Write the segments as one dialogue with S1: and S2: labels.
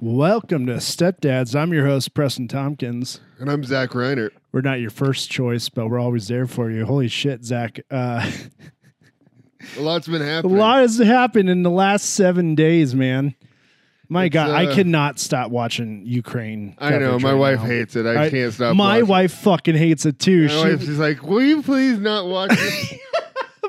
S1: Welcome to Stepdads. I'm your host, Preston Tompkins.
S2: And I'm Zach Reiner.
S1: We're not your first choice, but we're always there for you. Holy shit, Zach. Uh,
S2: A lot's been
S1: a
S2: happening.
S1: lot has happened in the last seven days, man. My
S2: It's,
S1: God, I
S2: uh,
S1: cannot stop watching Ukraine.
S2: I know.
S1: coverage
S2: My
S1: right
S2: wife
S1: now.
S2: hates it. I,
S1: I-
S2: can't stop.
S1: My
S2: watching.
S1: wife fucking hates it too.
S2: My
S1: She-
S2: wife is like, "Will you please not watch?" This?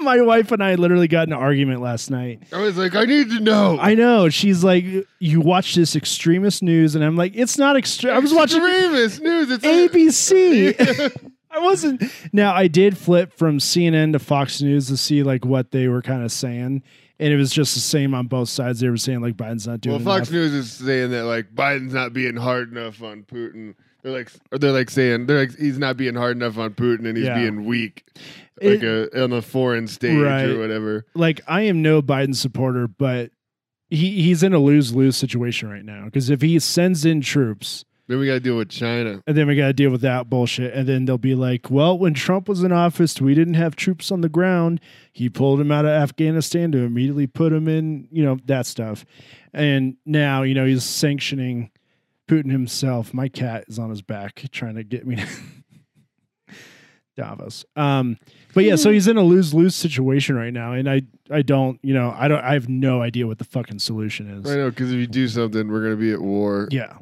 S1: my wife and I literally got in an argument last night.
S2: I was like, "I need to know."
S1: I know. She's like, you watch this extremist news, and I'm like, it's not extreme. I was watching
S2: Extremist news. It's
S1: ABC. I wasn't. Now I did flip from CNN to Fox News to see like what they were kind of saying, and it was just the same on both sides. They were saying like Biden's not
S2: Well,
S1: doing
S2: Fox
S1: enough.
S2: News is saying that like Biden's not being hard enough on Putin. They're like, or they're like saying they're like he's not being hard enough on Putin, and he's
S1: Yeah.
S2: being weak,
S1: It-
S2: like a, on the foreign stage
S1: Right.
S2: or whatever.
S1: Like I am no Biden supporter, but he he's in a lose lose situation right now because if he sends in troops.
S2: Then we got to deal with China.
S1: And then we got to deal with that bullshit. And then they'll be like, well, when Trump was in office, we didn't have troops on the ground. He pulled him out of Afghanistan to immediately put him in, you know, that stuff. And now, you know, he's sanctioning Putin himself. My cat is on his back trying to get me. Davos. Um, but yeah, so he's in a lose lose situation right now, and I I don't you know I don't I have no idea what the fucking solution is.
S2: I know because if you do something, we're gonna be at war.
S1: Yeah.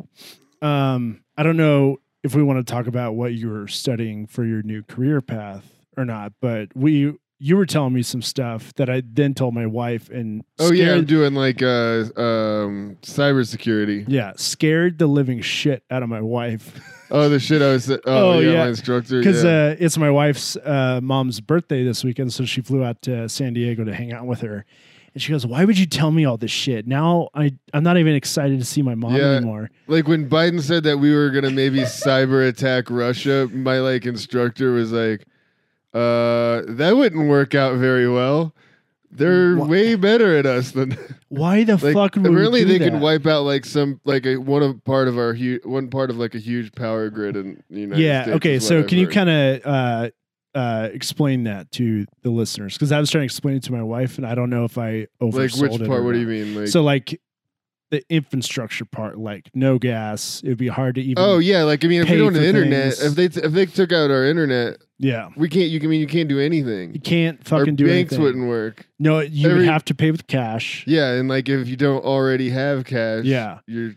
S1: Um, I don't know if we want to talk about what you were studying for your new career path or not, but we you were telling me some stuff that I then told my wife and
S2: Oh yeah, I'm
S1: scared,
S2: doing like uh um cybersecurity.
S1: yeah, scared the living shit out of my wife
S2: Oh, the shit I was. Oh,
S1: Oh,
S2: yeah,
S1: yeah.
S2: my instructor.
S1: because
S2: yeah.
S1: uh, it's my wife's uh, mom's birthday this weekend, so she flew out to San Diego to hang out with her. And she goes, "Why would you tell me all this shit? Now I I'm not even excited to see my mom
S2: Yeah.
S1: anymore."
S2: like when Biden said that we were gonna maybe cyber attack Russia, my like instructor was like, "Uh, that wouldn't work out very well. They're
S1: Wha-
S2: way better at us than
S1: Why the
S2: like.
S1: fuck would
S2: apparently,
S1: we do
S2: they can
S1: that?
S2: wipe out like some like a one of part of our huge one part of like a huge power grid in the United
S1: yeah
S2: States.
S1: okay
S2: is
S1: so
S2: what I've
S1: can you
S2: heard.
S1: kind of uh uh explain that to the listeners because i was trying to explain it to my wife and i don't know if i oversold
S2: like which
S1: it
S2: part?
S1: or
S2: What do you
S1: not.
S2: mean? Like
S1: so like the infrastructure part like no gas it would be hard to even
S2: oh yeah, like I mean, if
S1: pay
S2: we don't
S1: for
S2: have internet,
S1: things.
S2: if they if they took out our internet,
S1: yeah
S2: we can't. You can I mean you can't do anything.
S1: you can't fucking
S2: our
S1: do
S2: banks
S1: anything
S2: wouldn't work.
S1: no you
S2: every-
S1: would have to pay with cash
S2: Yeah, and like if you don't already have cash,
S1: Yeah.
S2: you're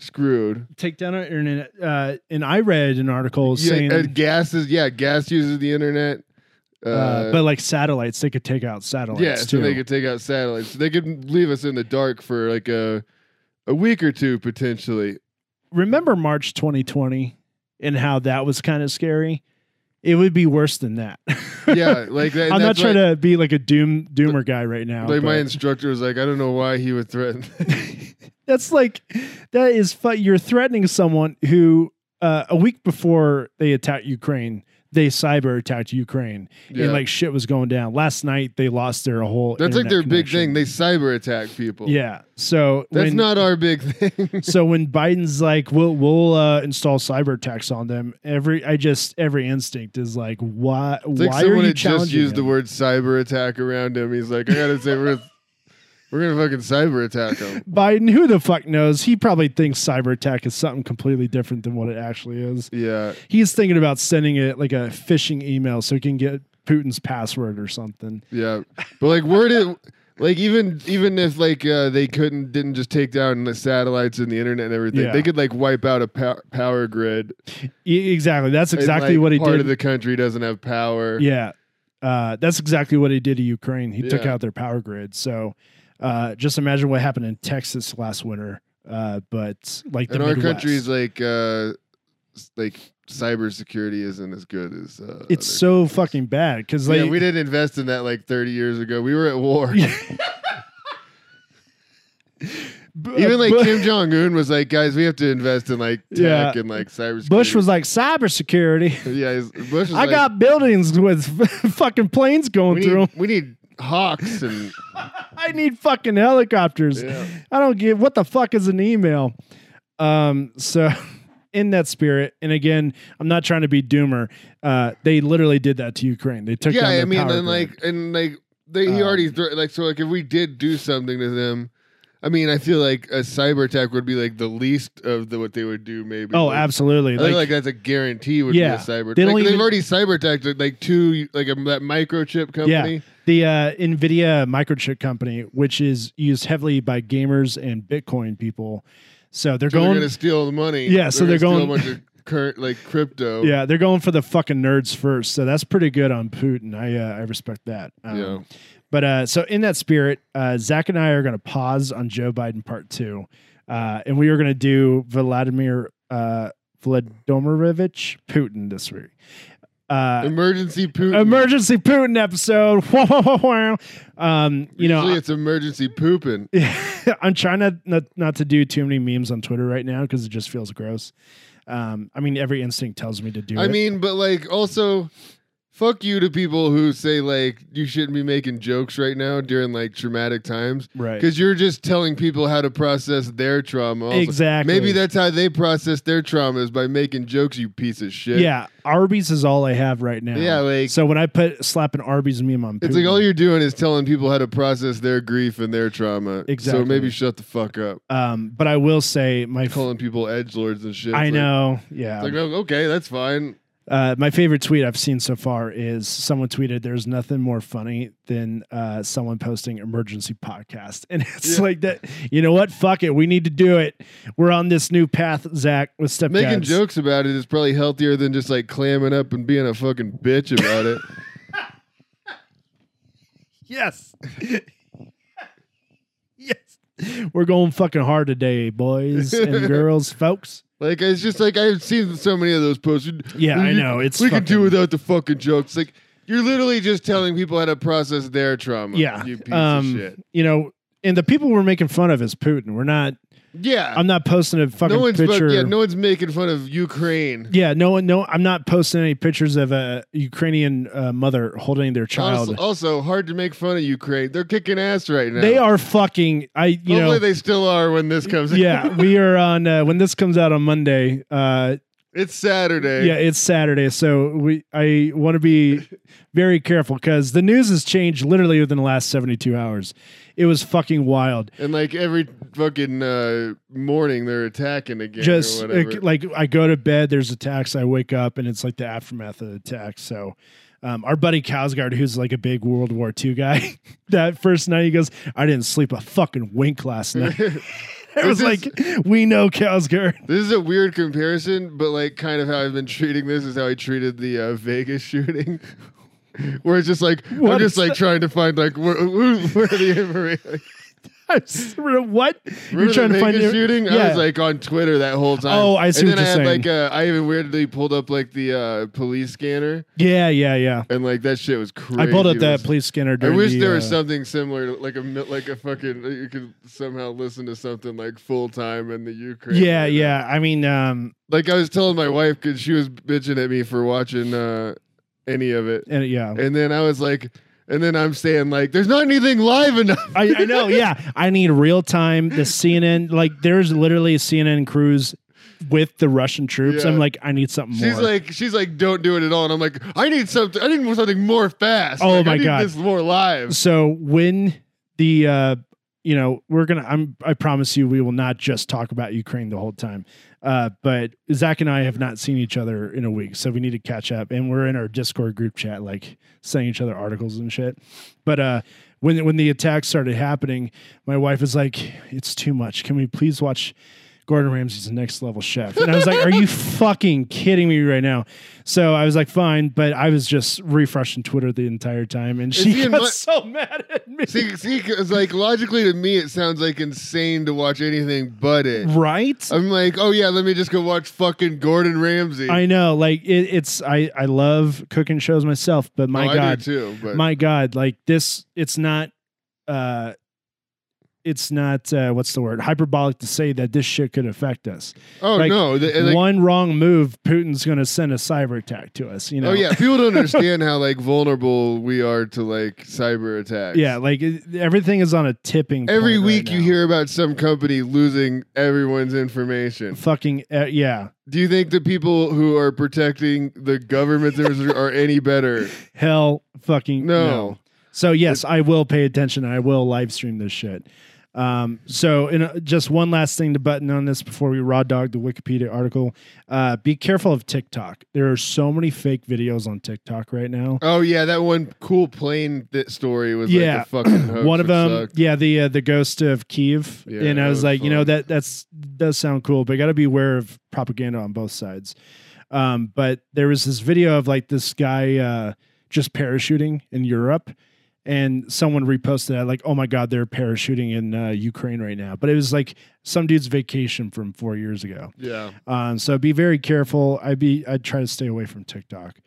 S2: screwed.
S1: take down our internet uh and i read an article saying
S2: Yeah, and gas is yeah, gas uses the internet. Uh,
S1: uh, but like satellites they could take out satellites
S2: yeah,
S1: too
S2: so they could take out satellites. So they could leave us in the dark for like a a week or two potentially.
S1: remember March 2020 and how that was kind of scary? It would be worse than that.
S2: Yeah, like that.
S1: I'm not
S2: that's
S1: trying
S2: why-
S1: to be like a doom doomer guy right now.
S2: Like my
S1: but
S2: instructor was like, I don't know why he would threaten.
S1: that's like that is fu- you're threatening someone who uh, a week before they attacked Ukraine, they cyber attacked Ukraine
S2: Yeah.
S1: and like shit was going down. Last night they lost their whole
S2: That's like
S1: internet
S2: their big
S1: connection.
S2: thing. They cyber attack people.
S1: Yeah. So
S2: that's
S1: when-
S2: not our big thing.
S1: so when Biden's like, "We'll we'll uh, install cyber attacks on them," every I just every instinct is like, "Why?
S2: It's like
S1: why are
S2: someone
S1: you
S2: had just
S1: challenging
S2: used the
S1: him?
S2: word cyber attack around him. He's like, I gotta say, we're we're gonna fucking cyber attack him.
S1: Biden? Who the fuck knows? He probably thinks cyber attack is something completely different than what it actually is.
S2: Yeah,
S1: He's thinking about sending it like a phishing email so he can get Putin's password or something.
S2: yeah. But like, where did like even even if like uh, they couldn't didn't just take down the satellites and the internet and everything,
S1: Yeah.
S2: they could like wipe out a pow- power grid.
S1: E- exactly. That's
S2: and,
S1: exactly
S2: like,
S1: what he
S2: part
S1: did.
S2: of the country doesn't have power.
S1: Yeah. Uh, that's exactly what he did to Ukraine. He took
S2: Yeah.
S1: out their power grid. So uh, just imagine what happened in Texas last winter. Uh, but like the
S2: and our
S1: Midwest.
S2: country's like uh s- like cybersecurity isn't as good as uh,
S1: it's
S2: other-
S1: so fucking bad because like
S2: yeah, we didn't invest in that like 30 years ago. We were at war.
S1: b-
S2: Even like
S1: bu-
S2: Kim Jong Un was like, guys, we have to invest in like
S1: Yeah.
S2: tech and like cybersecurity.
S1: Bush was like cybersecurity.
S2: yeah, he's- Bush was
S1: I
S2: like,
S1: got buildings with fucking planes
S2: we
S1: going through
S2: need,
S1: 'em.
S2: we need hawks and
S1: I need fucking helicopters.
S2: yeah.
S1: I don't get what the fuck is an email. Um, so in that spirit, and again, I'm not trying to be doomer. Uh, they literally did that to Ukraine. They took
S2: yeah.
S1: down their
S2: I mean,
S1: power
S2: and
S1: grid.
S2: like and like they, he
S1: Um,
S2: already thre- like so like if we did do something to them, I mean, I feel like a cyber attack would be like the least of the what they would do. Maybe.
S1: Oh,
S2: like,
S1: absolutely.
S2: I think
S1: Like,
S2: like uh, that's a guarantee would
S1: Yeah.
S2: be a cyber.
S1: They
S2: They
S1: don't
S2: like,
S1: even-
S2: they've already cyber attacked like two like a, that microchip company.
S1: yeah, the uh, Nvidia microchip company, which is used heavily by gamers and Bitcoin people, so they're
S2: So they're
S1: going.
S2: gonna steal the money.
S1: Yeah, so they're
S2: gonna
S1: going-
S2: steal a bunch of current like crypto.
S1: yeah, they're going for the fucking nerds first. So that's pretty good on Putin. I uh, I respect that. Um,
S2: Yeah.
S1: But uh, so in that spirit, uh, Zach and I are going to pause on Joe Biden part two, uh, and we are going to do Vladimir uh, Vladimirovich Putin this week. Uh,
S2: Emergency Putin.
S1: emergency Putin episode. Whoa, whoa, whoa, whoa. Um, you know,
S2: Usually it's emergency pooping.
S1: I'm trying not, not not to do too many memes on Twitter right now because it just feels gross. Um, I mean, every instinct tells me to do
S2: I
S1: it.
S2: mean, but like also, fuck you to people who say like you shouldn't be making jokes right now during like traumatic times
S1: right?
S2: because you're just telling people how to process their trauma. also.
S1: Exactly.
S2: Maybe that's how they process their trauma is by making jokes. You piece of shit.
S1: Yeah, Arby's is all I have right now.
S2: Yeah, like-
S1: so when I put slap an Arby's meme on,
S2: It's
S1: Putin,
S2: like all you're doing is telling people how to process their grief and their trauma.
S1: Exactly.
S2: So maybe shut the fuck up.
S1: Um, but I will say my f-
S2: Calling people edge lords and shit.
S1: I
S2: It's like-
S1: know, yeah.
S2: It's like, oh, okay, that's fine.
S1: uh, my favorite tweet I've seen so far is someone tweeted, "There's nothing more funny than uh, someone posting emergency podcast," and it's
S2: Yeah.
S1: like that. You know what? Fuck it. We need to do it. We're on this new path, Zach, with step
S2: Making
S1: dads.
S2: jokes about it is probably healthier than just like clamming up and being a fucking bitch about it.
S1: Yes. yes. We're going fucking hard today, boys and girls, folks.
S2: Like it's just like I've seen so many of those posted.
S1: Yeah,
S2: We
S1: I
S2: could-
S1: know, it's
S2: we could
S1: fucking-
S2: do without the fucking jokes. Like you're literally just telling people how to process their trauma.
S1: Yeah.
S2: you piece
S1: um,
S2: of shit.
S1: You know, and the people we're making fun of is Putin. We're not.
S2: Yeah,
S1: I'm not posting a fucking
S2: no one's fuck-
S1: picture.
S2: yeah, no one's making fun of Ukraine.
S1: Yeah, no one. No, I'm not posting any pictures of a Ukrainian uh, mother holding their child.
S2: Also, also, hard to make fun of Ukraine. They're kicking ass right now.
S1: They are fucking. I you
S2: Hopefully
S1: know.
S2: they still are when this comes. out.
S1: yeah, we are on uh, when this comes out on Monday. Uh,
S2: it's Saturday.
S1: yeah, it's Saturday, so we I want to be very careful because the news has changed literally within the last 72 hours. It was fucking wild.
S2: and like every fucking uh, morning they're attacking again.
S1: Just
S2: or
S1: uh,
S2: whatever.
S1: like I go to bed, there's attacks. I wake up and it's like the aftermath of the attack. So. Um, our buddy Cowsgard, who's like a big World War II guy, that first night he goes, "I didn't sleep a fucking wink last night." it was
S2: This
S1: like, "We know Cowsgard."
S2: This is a weird comparison, but like kind of how I've been treating this is how I treated the uh, Vegas shooting, where it's just like
S1: What
S2: I'm just
S1: is
S2: like
S1: that?
S2: trying to find like where, where, where the information. Like,
S1: I was- what?
S2: remember the Vegas
S1: your-
S2: shooting? I
S1: Yeah.
S2: was like on Twitter that whole time.
S1: Oh, I see
S2: And
S1: what
S2: then I
S1: you're
S2: had
S1: saying.
S2: like uh, I even weirdly pulled up like the uh, police scanner,
S1: yeah, yeah, yeah.
S2: and like that shit was crazy.
S1: I pulled up that
S2: It was-
S1: police scanner.
S2: I
S1: During
S2: wish
S1: the,
S2: there
S1: uh,
S2: was something similar, to- like a mi- like a fucking you could somehow listen to something like full time in the Ukraine.
S1: Yeah,
S2: right now.
S1: yeah. I mean, um,
S2: Like I was telling my wife because she was bitching at me for watching uh, any of it,
S1: and yeah.
S2: and then I was like, and then I'm saying like, there's not anything live enough.
S1: I, I know. Yeah, I need real time. The CNN, like, there's literally CNN crews with the Russian troops.
S2: Yeah.
S1: I'm like, I need something
S2: She's
S1: more.
S2: like, she's like, don't do it at all. And I'm like, I need something. I need something more fast.
S1: Oh
S2: Like, I
S1: my
S2: need
S1: God.
S2: this more live.
S1: so when the uh, you know, we're gonna. I'm. I promise you, we will not just talk about Ukraine the whole time. Uh, but Zach and I have not seen each other in a week, so we need to catch up. And we're in our Discord group chat, like sending each other articles and shit. But uh, when when the attacks started happening, my wife was like, "It's too much. Can we please watch Gordon Ramsay's Next Level Chef?" And I was like, "Are you fucking kidding me right now?" So I was like, "Fine," but I was just refreshing Twitter the entire time, and
S2: he
S1: she
S2: in
S1: got
S2: what-
S1: so mad at me.
S2: See, see, it's like logically to me, it sounds like insane to watch anything but it.
S1: right?
S2: I'm like, oh yeah, let me just go watch fucking Gordon Ramsay.
S1: I know, like it, it's I I love cooking shows myself, but my
S2: Oh, I
S1: god,
S2: do too. But
S1: my god, like this, it's not, uh, it's not uh, what's the word hyperbolic to say that this shit could affect us.
S2: oh
S1: like,
S2: no, the, like,
S1: One wrong move, Putin's going to send a cyber attack to us. You know?
S2: Oh yeah, people don't understand how like vulnerable we are to like cyber attacks.
S1: yeah. Like it, everything is on a tipping.
S2: Every
S1: point right
S2: week you
S1: now.
S2: hear about some company losing everyone's information.
S1: fucking uh, yeah,
S2: Do you think the people who are protecting the government are any better?
S1: hell, fucking
S2: No.
S1: So yes, I will pay attention. and I will live stream this shit. Um, so, and uh, just one last thing to button on this before we raw dog the Wikipedia article: uh, be careful of TikTok. There are so many fake videos on TikTok right now.
S2: Oh yeah, that one cool plane th- story was
S1: Yeah.
S2: like the fucking hoax,
S1: one of
S2: which
S1: them,
S2: sucked.
S1: yeah, the uh, the ghost of Kiev,
S2: Oh, Yeah,
S1: and I
S2: that
S1: was
S2: was
S1: like, you know,
S2: fun.
S1: that that's does sound cool, but got to be aware of propaganda on both sides. Um, but there was this video of like this guy uh, just parachuting in Europe, and someone reposted that like, oh my god, they're parachuting in uh, Ukraine right now. But it was like some dude's vacation from four years ago.
S2: Yeah,
S1: Um, so be very careful. I would be I'd try to stay away from TikTok.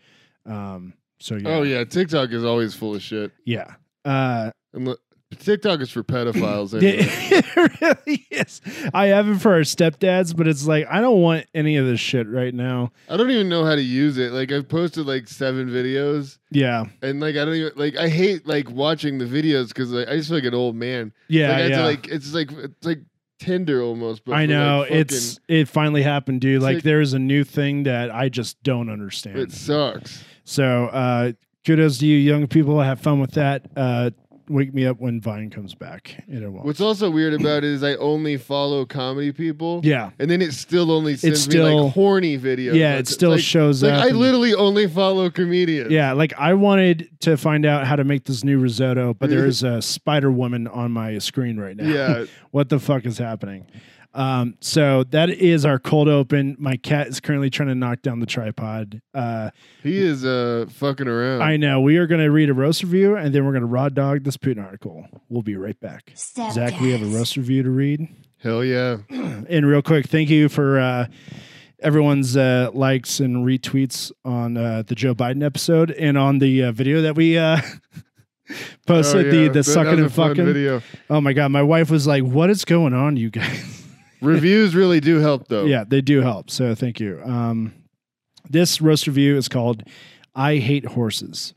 S1: Um, so yeah,
S2: Oh yeah, TikTok is always full of shit.
S1: yeah. Uh,
S2: And look, TikTok is for pedophiles.
S1: Yeah,
S2: Anyway.
S1: it really is. I have it for our stepdads, but it's like I don't want any of this shit right now.
S2: I don't even know how to use it. Like I've posted like seven videos,
S1: Yeah,
S2: and like I don't even like. I hate like watching the videos because like I just feel like an old man.
S1: yeah,
S2: like, I have to,
S1: yeah.
S2: like it's like it's like Tinder almost. But
S1: I
S2: for,
S1: know
S2: like,
S1: it's it finally happened, dude.
S2: It's
S1: Like,
S2: like-
S1: there is a new thing that I just don't
S2: fucking-
S1: understand.
S2: It sucks.
S1: so uh, kudos to you, young people. Have fun with that. Uh, wake me up when Vine comes back. and It won't.
S2: What's also weird about it is I only follow comedy people.
S1: yeah,
S2: And then it still only sends me
S1: still-
S2: like horny videos.
S1: yeah.
S2: Like,
S1: It still
S2: like,
S1: shows
S2: like
S1: up.
S2: I
S1: and-
S2: literally only follow comedians.
S1: Yeah, like I wanted to find out how to make this new risotto, but there is a Spider Woman on my screen right now.
S2: Yeah.
S1: what the fuck is happening? Um, so that is our cold open. My cat is currently trying to knock down the tripod. Uh,
S2: He is uh fucking around.
S1: I know we are going to read a roast review and then we're going to raw dog this Putin article. We'll be right back.
S3: Step
S1: Zach, we have a
S3: guys.
S1: roast review to read.
S2: Hell yeah.
S1: And real quick, thank you for uh, everyone's uh, likes and retweets on uh, the Joe Biden episode and on the uh, video that we uh, posted
S2: Oh, yeah.
S1: the
S2: That-
S1: the
S2: that
S1: sucking
S2: was a
S1: and
S2: fun
S1: fucking.
S2: video.
S1: Oh my god, my wife was like, "What is going on, you guys?"
S2: Reviews really do help though.
S1: Yeah, they do help. So thank you. Um, this roast review is called I Hate Horses.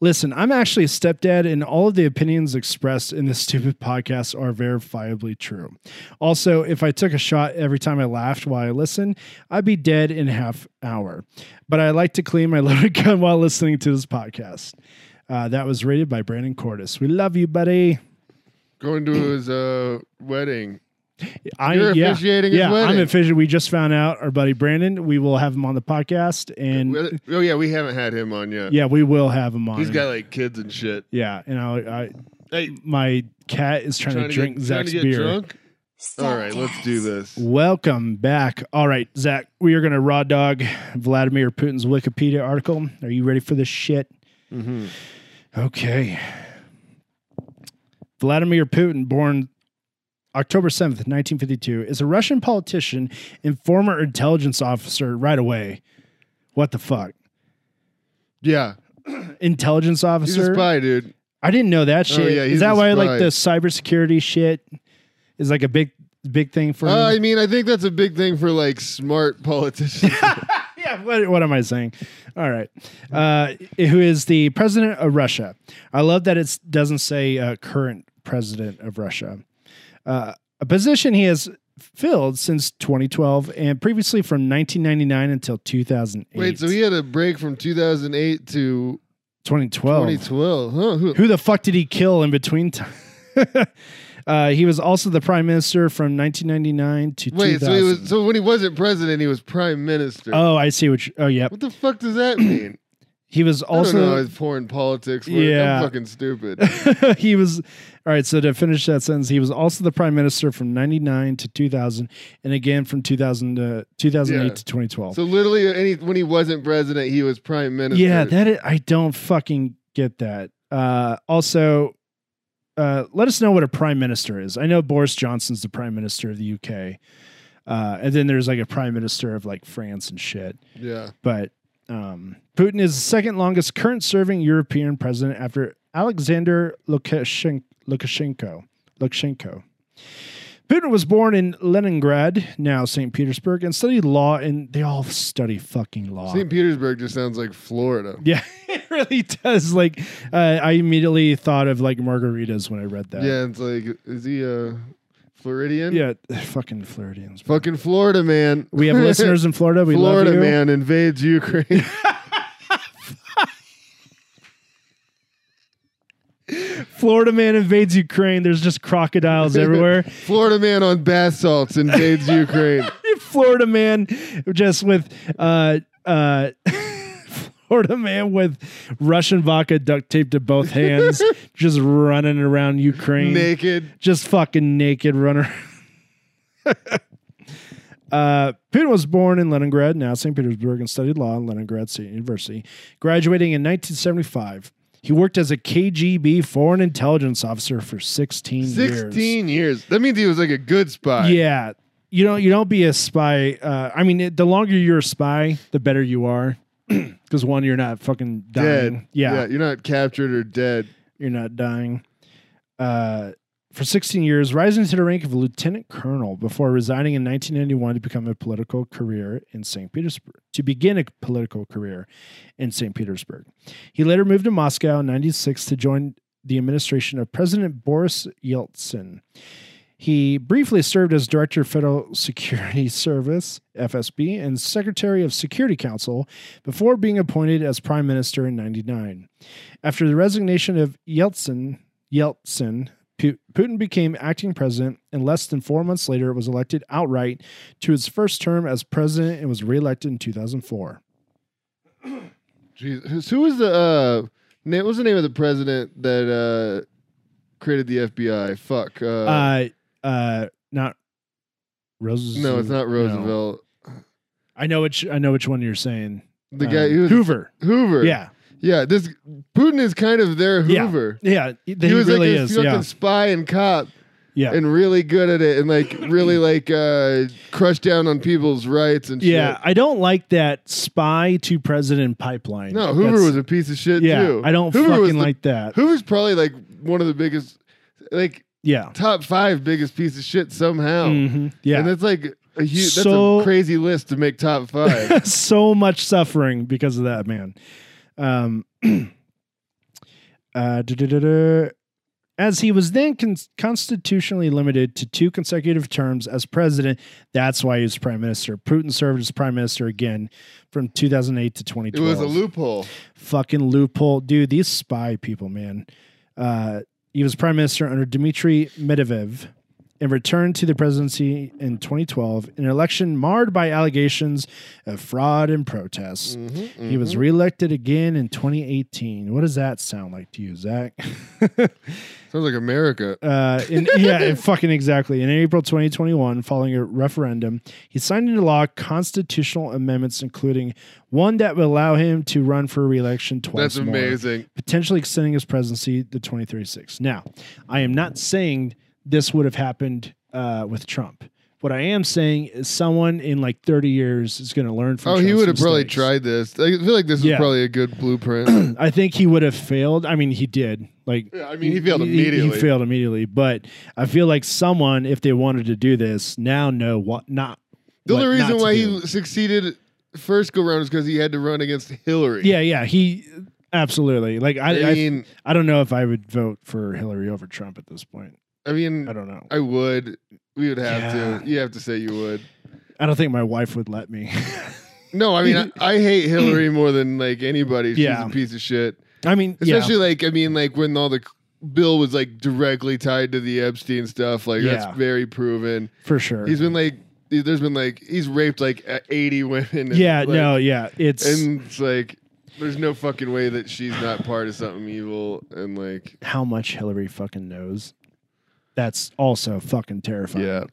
S1: Listen, I'm actually a stepdad, and all of the opinions expressed in this stupid podcast are verifiably true. Also, if I took a shot every time I laughed while I listened, I'd be dead in half hour. But I like to clean my loaded gun while listening to this podcast. Uh, that was rated by Brandon Cortis. We love you, buddy.
S2: Going to his uh wedding.
S1: I,
S2: You're
S1: yeah,
S2: officiating his
S1: yeah, I'm
S2: wedding.
S1: officiating. We just found out our buddy Brandon. We will have him on the podcast, and
S2: Well, Oh yeah, we haven't had him on yet.
S1: yeah, we will have him on.
S2: He's got like kids and shit.
S1: yeah, and I, I,
S2: Hey,
S1: my cat is trying, to
S2: get-
S1: drink
S2: trying
S1: Zach's
S2: to get
S1: beer.
S2: drunk? All right, let's do this.
S1: Welcome back. All right, Zach, we are going to raw dog Vladimir Putin's Wikipedia article. Are you ready for this shit?
S2: Mhm.
S1: Okay. Vladimir Putin, born October 7th, 1952, is a Russian politician and former intelligence officer right away. What the fuck?
S2: Yeah.
S1: Intelligence
S2: He's
S1: officer?
S2: a spy, dude.
S1: I didn't know that shit.
S2: yeah,
S1: is
S2: he's
S1: that
S2: a
S1: why
S2: spy.
S1: like the cybersecurity shit is like a big big thing for
S2: Uh, I
S1: him?
S2: mean, I think that's a big thing for like smart politicians.
S1: yeah, what, what am I saying? All right. Uh, who is the president of Russia? I love that it doesn't say uh, current president of Russia. Uh, a position he has filled since 2012 and previously from 1999 until 2008.
S2: Wait, so he had a break from 2008 to
S1: 2012.
S2: 2012, huh? Who-
S1: Who the fuck did he kill in between time? uh, he was also the prime minister from 1999 to
S2: Wait,
S1: 2000.
S2: so he was so when he wasn't president, he was prime minister.
S1: oh, I see what you, oh, yep.
S2: what the fuck does that mean?
S1: He was
S2: I don't know how
S1: also,
S2: his foreign politics work.
S1: Yeah.
S2: I'm fucking stupid.
S1: he was, all right, so to finish that sentence, he was also the prime minister from 99 to 2000 and again from 2000 to 2008
S2: Yeah.
S1: to 2012.
S2: so literally, any when he wasn't president, he was prime minister.
S1: yeah, that is, I don't fucking get that. Uh, also, uh, let us know what a prime minister is. I know Boris Johnson's the prime minister of the UK, uh, and then there's like a prime minister of like France and shit.
S2: yeah.
S1: But um, Putin is the second longest current serving European president after Alexander Lukashen- Lukashenko. Lukashenko. Putin was born in Leningrad, now St. Petersburg, and studied law, and they all study fucking law.
S2: St. Petersburg just sounds like Florida.
S1: Yeah, it really does. Like, uh, I immediately thought of like margaritas when I read that.
S2: Yeah, it's like, is he a Floridian?
S1: yeah, fucking Floridians. bro.
S2: Fucking Florida, man.
S1: We have listeners in Florida. We
S2: Florida
S1: love you.
S2: man invades Ukraine.
S1: Florida man invades Ukraine. There's just crocodiles everywhere.
S2: Florida man on bath salts invades Ukraine.
S1: Florida man just with uh uh Florida man with Russian vodka duct taped to both hands, just running around Ukraine.
S2: Naked.
S1: just fucking naked runner. uh, Putin was born in Leningrad, now St. Petersburg, and studied law in Leningrad State University, graduating in 1975. He worked as a KGB foreign intelligence officer for 16, years.
S2: 16 years. That means he was like a good spy.
S1: Yeah. You don't you don't be a spy. Uh, I mean, it, the longer you're a spy, the better you are, because one, you're not fucking dying.
S2: Dead.
S1: yeah,
S2: You're not captured or dead.
S1: you're not dying. Uh, for 16 years, rising to the rank of lieutenant colonel before resigning in 1991 to become a political career in St. Petersburg. To begin a political career in St. Petersburg, he later moved to Moscow in 96 to join the administration of President Boris Yeltsin. He briefly served as Director of Federal Security Service, FSB, and Secretary of Security Council before being appointed as Prime Minister in 99. After the resignation of Yeltsin, Yeltsin, Pu- Putin became acting president, and less than four months later was elected outright to his first term as president and was reelected in 2004.
S2: Jesus. Who was the uh name what was the name of the president that uh created the FBI? Fuck. Uh,
S1: Uh, uh, not Roosevelt.
S2: no, it's not Roosevelt.
S1: I know which I know which one you're saying.
S2: The
S1: Uh,
S2: guy who was
S1: Hoover.
S2: Hoover.
S1: Yeah,
S2: Yeah, this Putin is kind of their
S1: Yeah.
S2: Hoover.
S1: yeah. He,
S2: He,
S1: he
S2: was
S1: really
S2: like a
S1: is.
S2: fucking
S1: Yeah,
S2: spy and cop
S1: yeah.
S2: and really good at it and like really like uh crushed down on people's rights and
S1: Yeah, I don't like that spy to president pipeline.
S2: shit. No, Hoover
S1: That's-
S2: was a piece of shit
S1: Yeah,
S2: too.
S1: I don't
S2: Hoover was
S1: fucking
S2: the-
S1: like that.
S2: Hoover's probably like one of the biggest like
S1: Yeah.
S2: top 5 biggest piece of shit somehow.
S1: Mhm. Yeah.
S2: And that's like a huge that's
S1: So-
S2: a crazy list to make top 5.
S1: so much suffering because of that man. Um, uh, duh-duh-duh-duh. as he was then con- constitutionally limited to two consecutive terms as president, that's why he was prime minister. Putin served as prime minister again from 2008 to
S2: it
S1: 2012.
S2: was a loophole.
S1: Fucking loophole, dude. These spy people, man. Uh, he was prime minister under Dmitry Medvedev and returned to the presidency in 2012 in an election marred by allegations of fraud and protests.
S2: Mhm,
S1: He was
S2: mhm.
S1: reelected again in 2018. What does that sound like to you, Zach?
S2: Sounds like America.
S1: Uh, in, yeah, in- fucking exactly. In April 2021, following a referendum, he signed into law constitutional amendments, including one that would allow him to run for re-election twice
S2: That's
S1: more,
S2: amazing.
S1: potentially extending his presidency to 2036. Now, I am not saying this would have happened uh, with Trump. What I am saying is someone in like 30 years is going to learn from
S2: Oh, he
S1: Trump's
S2: would have probably
S1: mistakes.
S2: tried this. I feel like this is
S1: Yeah.
S2: probably a good blueprint.
S1: I think he would have failed. I mean, he did. Like,
S2: Yeah, I mean, he failed immediately.
S1: He failed immediately. But I feel like someone, if they wanted to do this, now know what not.
S2: The only
S1: what not
S2: reason
S1: to
S2: why
S1: do.
S2: he succeeded first go round is because he had to run against Hillary.
S1: yeah, yeah, he absolutely. Like,
S2: I,
S1: I, I,
S2: mean,
S1: I, don't know if I would vote for Hillary over Trump at this point.
S2: I
S1: I
S2: mean,
S1: don't know.
S2: I would. We would have
S1: Yeah.
S2: to. You have to say you would.
S1: I don't think my wife would let me.
S2: No, I mean, I, I hate Hillary more than like anybody. She's
S1: Yeah.
S2: a piece of shit.
S1: I mean,
S2: Especially like, I mean, like when all the bill was like directly tied to the Epstein stuff. Like
S1: Yeah.
S2: that's very proven.
S1: yeah, for sure.
S2: He's been like, there's been like, he's raped like a- 80 women. and,
S1: yeah,
S2: like,
S1: no, yeah, it's.
S2: And it's like, there's no fucking way that she's not part of something evil. And like,
S1: how much Hillary fucking knows. That's also fucking terrifying.
S2: yeah.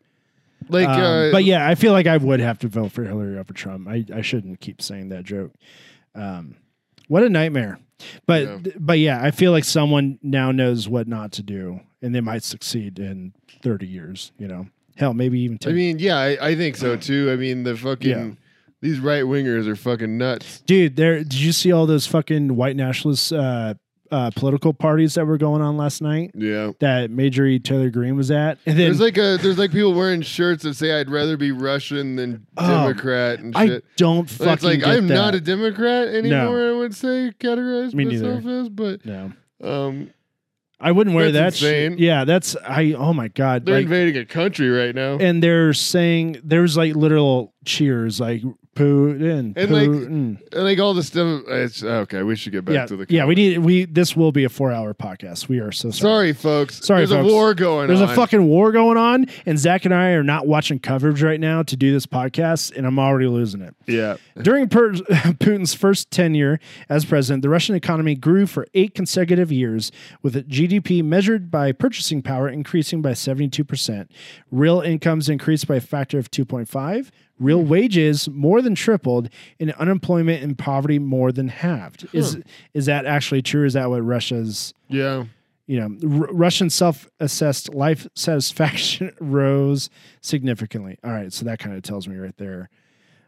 S2: Like,
S1: Um,
S2: uh,
S1: but yeah, I feel like I would have to vote for Hillary over Trump. I, I shouldn't keep saying that joke. Um, what a nightmare. But
S2: Yeah.
S1: th- but yeah, I feel like someone now knows what not to do, and they might succeed in thirty years. You know, hell, maybe even
S2: I
S1: ten.
S2: mean, yeah, I, I think so too. I mean, the fucking
S1: Yeah.
S2: these right wingers are fucking nuts.
S1: Dude, there. Did you see all those fucking white nationalist uh, uh, political parties that were going on last night?
S2: Yeah.
S1: That Major E. Taylor Green was at, and then
S2: There's like a there's like people wearing shirts that say I'd rather be Russian than
S1: Oh,
S2: Democrat and
S1: I
S2: shit.
S1: don't
S2: And
S1: fucking.
S2: it's like
S1: get
S2: I'm
S1: that.
S2: not a Democrat anymore. I would say categorize
S1: Me neither.
S2: myself as, but
S1: No,
S2: um,
S1: I wouldn't wear
S2: That's
S1: that. shit.
S2: insane.
S1: Yeah, that's I. Oh my god,
S2: they're
S1: like,
S2: invading a country right now.
S1: and they're saying there's like literal cheers like Putin.
S2: And, like,
S1: Putin.
S2: And like all the stuff. It's okay. We should get back
S1: yeah,
S2: to the.
S1: yeah, we need we. This will be a four-hour podcast. We are so sorry.
S2: Sorry, folks.
S1: Sorry,
S2: There's
S1: folks.
S2: a war going
S1: There's
S2: on.
S1: a fucking war going on, and Zach and I are not watching coverage right now to do this podcast, and I'm already losing it.
S2: Yeah.
S1: During per- Putin's first tenure as president, the Russian economy grew for eight consecutive years, with a GDP measured by purchasing power increasing by 72%. Real incomes increased by a factor of 2.5. Real wages more than tripled, and unemployment and poverty more than halved. Is is that actually true? Is that what Russia's
S2: Yeah.
S1: you know, R- Russian self-assessed life satisfaction rose significantly. All right, so that kind of tells me right there.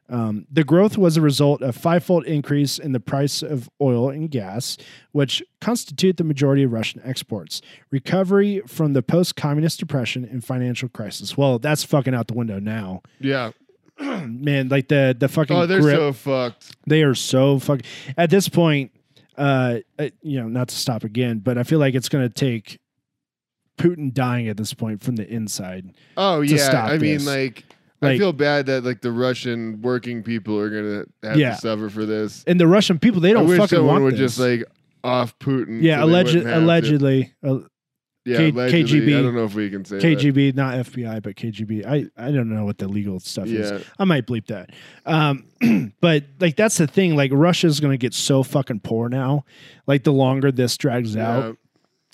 S1: Um, the growth was a result of fivefold increase in the price of oil and gas, which constitute the majority of Russian exports. Recovery from the post-communist depression and financial crisis. Well, that's fucking out the window now,
S2: Yeah.
S1: man. Like the the fucking
S2: Oh, they're
S1: grip-
S2: so fucked.
S1: they are so fuck. At this point, uh, uh, you know, not to stop again, but I feel like it's going to take Putin dying at this point from the inside.
S2: Oh
S1: To
S2: yeah.
S1: stop
S2: I mean,
S1: this.
S2: like, I
S1: Like-
S2: feel bad that like the Russian working people are gonna have
S1: Yeah.
S2: to suffer for this.
S1: And the Russian people, they
S2: I
S1: don't
S2: wish
S1: fucking
S2: someone
S1: want
S2: would
S1: this.
S2: just like off Putin.
S1: yeah,
S2: so they
S1: alleged,
S2: wouldn't have to.
S1: allegedly, uh,
S2: Yeah,
S1: K-
S2: allegedly.
S1: KGB.
S2: I don't know if we can say that.
S1: KGB, not FBI, but KGB. I I don't know what the legal stuff is.
S2: Yeah.
S1: I might bleep that. Um, but like that's the thing. Like Russia's going to get so fucking poor now. Like the longer this drags out,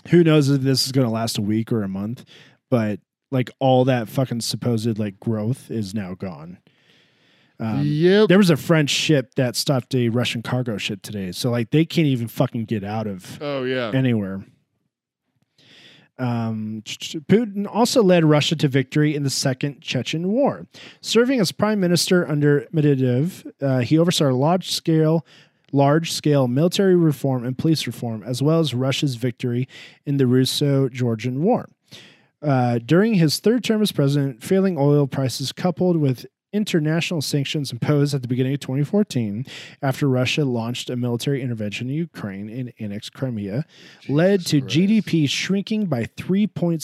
S2: Yeah.
S1: who knows if this is going to last a week or a month but like all that fucking supposed like growth is now gone um,
S2: yep.
S1: there was a french ship that stopped a russian cargo ship today so like they can't even fucking get out of
S2: Oh yeah.
S1: anywhere um, Putin also led Russia to victory in the Second Chechen War. Serving as prime minister under Medvedev, uh, he oversaw large scale large scale military reform and police reform, as well as Russia's victory in the Russo Georgian War. Uh, during his third term as president, failing oil prices coupled with international sanctions imposed at the beginning of 2014 after Russia launched a military intervention in Ukraine and annexed Crimea led
S2: Jesus
S1: to
S2: Christ.
S1: GDP shrinking by 3.7%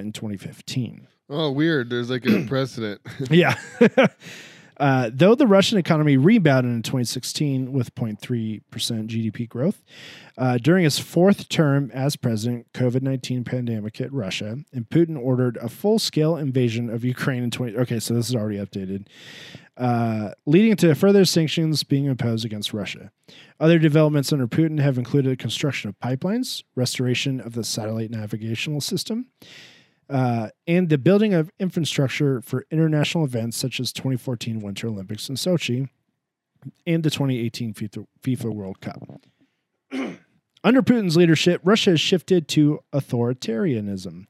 S1: in 2015.
S2: Oh, weird. There's like a precedent.
S1: Yeah. Uh, though the Russian economy rebounded in 2016 with 0.3% GDP growth, uh, during his fourth term as president, COVID 19 pandemic hit Russia, and Putin ordered a full scale invasion of Ukraine in 20. Okay, so this is already updated, uh, leading to further sanctions being imposed against Russia. Other developments under Putin have included construction of pipelines, restoration of the satellite navigational system, uh, and the building of infrastructure for international events such as 2014 Winter Olympics in Sochi and the 2018 FIFA, FIFA World Cup. Under Putin's leadership, Russia has shifted to authoritarianism.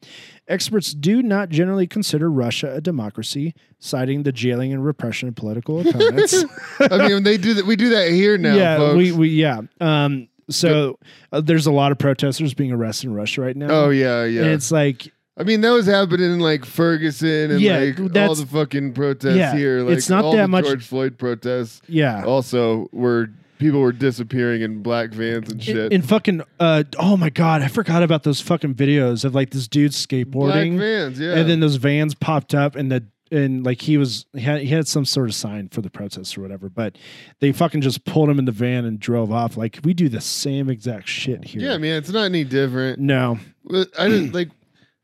S1: Experts do not generally consider Russia a democracy, citing the jailing and repression of political opponents.
S2: I mean, they do that. We do that here now,
S1: yeah,
S2: folks.
S1: we, we yeah. Um, so uh, there's a lot of protesters being arrested in Russia right now.
S2: oh yeah, yeah.
S1: And it's like
S2: I mean, that was happening in like Ferguson and
S1: Yeah,
S2: like all
S1: that's-
S2: the fucking protests
S1: Yeah,
S2: here. Like
S1: it's not
S2: all
S1: that
S2: the
S1: much-
S2: George Floyd protests.
S1: yeah.
S2: Also, were people were disappearing in black vans and
S1: in,
S2: shit.
S1: in fucking uh oh my god i forgot about those fucking videos of like this dude
S2: black
S1: skateboarding
S2: vans, yeah.
S1: and then those vans popped up and the and like he was he had, he had some sort of sign for the protest or whatever but they fucking just pulled him in the van and drove off like we do the same exact shit here
S2: yeah, man, it's not any different.
S1: no
S2: Well, I didn't like.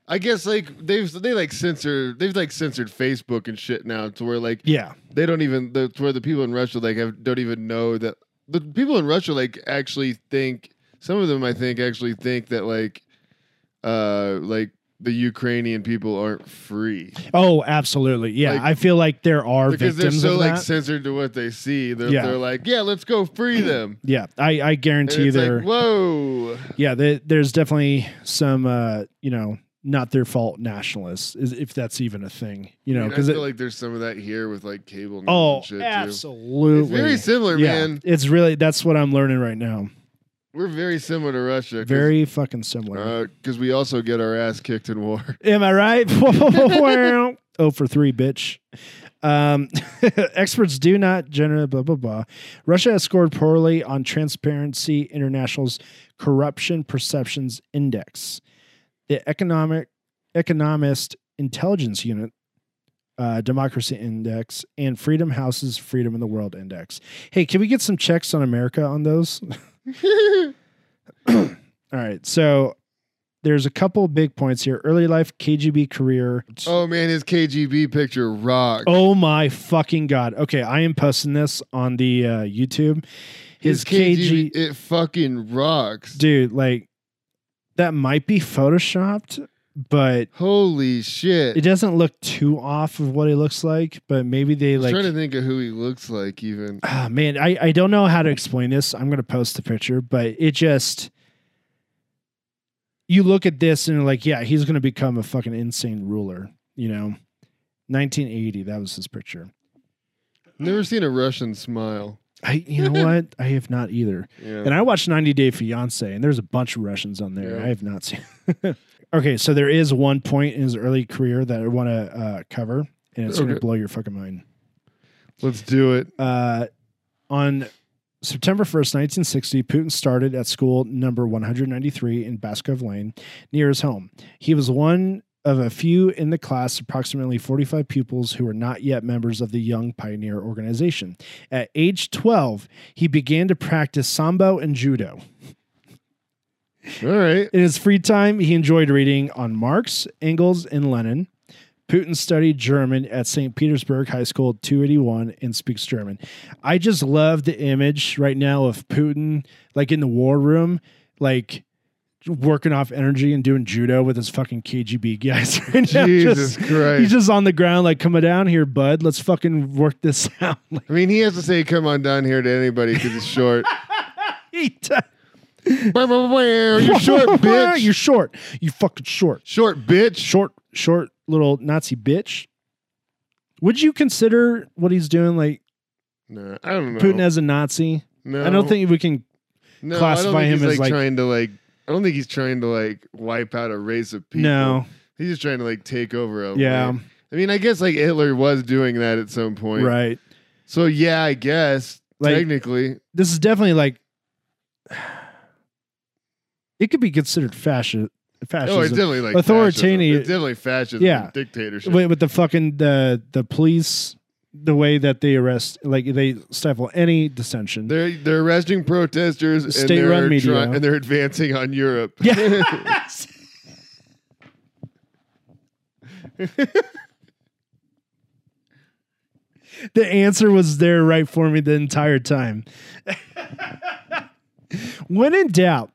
S2: I guess like they've they like censor they've like censored Facebook and shit now to where like
S1: yeah
S2: they don't even the to where the people in Russia like have don't even know that the people in Russia like actually think some of them I think actually think that like uh like the Ukrainian people aren't free
S1: oh absolutely yeah
S2: Like-
S1: i feel like there are
S2: because they're
S1: victims
S2: so
S1: of
S2: like
S1: that
S2: censored to what they see. They're,
S1: Yeah.
S2: they're like, yeah, let's go free them.
S1: yeah i i
S2: And
S1: guarantee
S2: it's
S1: there
S2: like, whoa,
S1: yeah there, there's definitely some uh you know not their fault nationalists is- if that's even a thing you know
S2: Dude, I
S1: because
S2: feel like there's some of that here with like cable news
S1: Oh,
S2: and shit too.
S1: absolutely.
S2: It's very similar, man.
S1: It's really that's what I'm learning right now.
S2: We're very similar to Russia. 'cause,
S1: Very fucking similar.
S2: uh 'cause we also get our ass kicked in war.
S1: Am I right? oh for three, bitch. Um, experts do not generate blah blah blah. Russia has scored poorly on Transparency International's Corruption Perceptions Index. The economic economist intelligence unit uh, Democracy Index and Freedom House's Freedom in the World Index. Hey, can we get some checks on America on those? All right. So there's a couple of big points here. Early life, KGB career.
S2: oh man, his KGB picture rocks.
S1: Oh my fucking god. Okay, I am posting this on the uh, YouTube. His, KG,
S2: it fucking rocks.
S1: dude, like that might be photoshopped, but
S2: Holy shit!
S1: it doesn't look too off of what he looks like. But maybe they
S2: I was
S1: like.
S2: trying to think of who he looks like. Even
S1: Ah, man, I, I don't know how to explain this. I'm gonna post the picture, but it just you look at this and you're like, yeah, he's gonna become a fucking insane ruler, you know. 1980, that was his picture.
S2: never seen a Russian smile.
S1: I you know what? I have not either.
S2: Yeah.
S1: And I watched 90 Day Fiance, and there's a bunch of Russians on there.
S2: Yeah.
S1: I have not seen. okay, so there is one point in his early career that I want to uh, cover, and it's going to
S2: Okay.
S1: blow your fucking mind.
S2: Let's do it.
S1: Uh, on September 1st, 1960, Putin started at school number 193 in Baskov Lane near his home. He was one of a few in the class, approximately 45 pupils who were not yet members of the Young Pioneer Organization. At age 12, he began to practice sambo and judo.
S2: All right.
S1: In his free time, he enjoyed reading on Marx, Engels, and Lenin. Putin studied German at St. Petersburg High School 281 and speaks German. I just love the image right now of Putin, like in the war room, like working off energy and doing judo with his fucking KGB guys right now.
S2: Jesus
S1: Just-
S2: Christ.
S1: he's just on the ground, like, coming down here, bud. Let's fucking work this out. Like,
S2: I mean, he has to say "come on down here" to anybody because he's short.
S1: he does.
S2: Bah, bah, bah, bah, You're short, bitch.
S1: You're short. You fucking short.
S2: short, bitch.
S1: short short little Nazi bitch. Would you consider what he's doing like
S2: No, I don't know.
S1: Putin as a Nazi?
S2: no,
S1: I don't think we can
S2: no,
S1: classify
S2: I
S1: him
S2: don't think he's,
S1: as,
S2: like,
S1: like-
S2: trying to like. I don't think he's trying to like wipe out a race of people.
S1: no.
S2: he's just trying to like take over. A
S1: Yeah.
S2: land. I mean, I guess like Hitler was doing that at some point.
S1: Right.
S2: So yeah, I guess
S1: Like-
S2: technically,
S1: This is definitely like it could be considered fascist
S2: oh, it's
S1: fascism.
S2: definitely like
S1: Authoritarian-
S2: fascism. It's definitely fascism.
S1: Yeah.
S2: and dictatorship.
S1: with, with the fucking the the police the way that they arrest like they stifle any dissension.
S2: They're they're arresting protesters and
S1: State-run
S2: they're
S1: media.
S2: try- and they're advancing on Europe.
S1: Yeah. the answer was there right for me the entire time. when in doubt,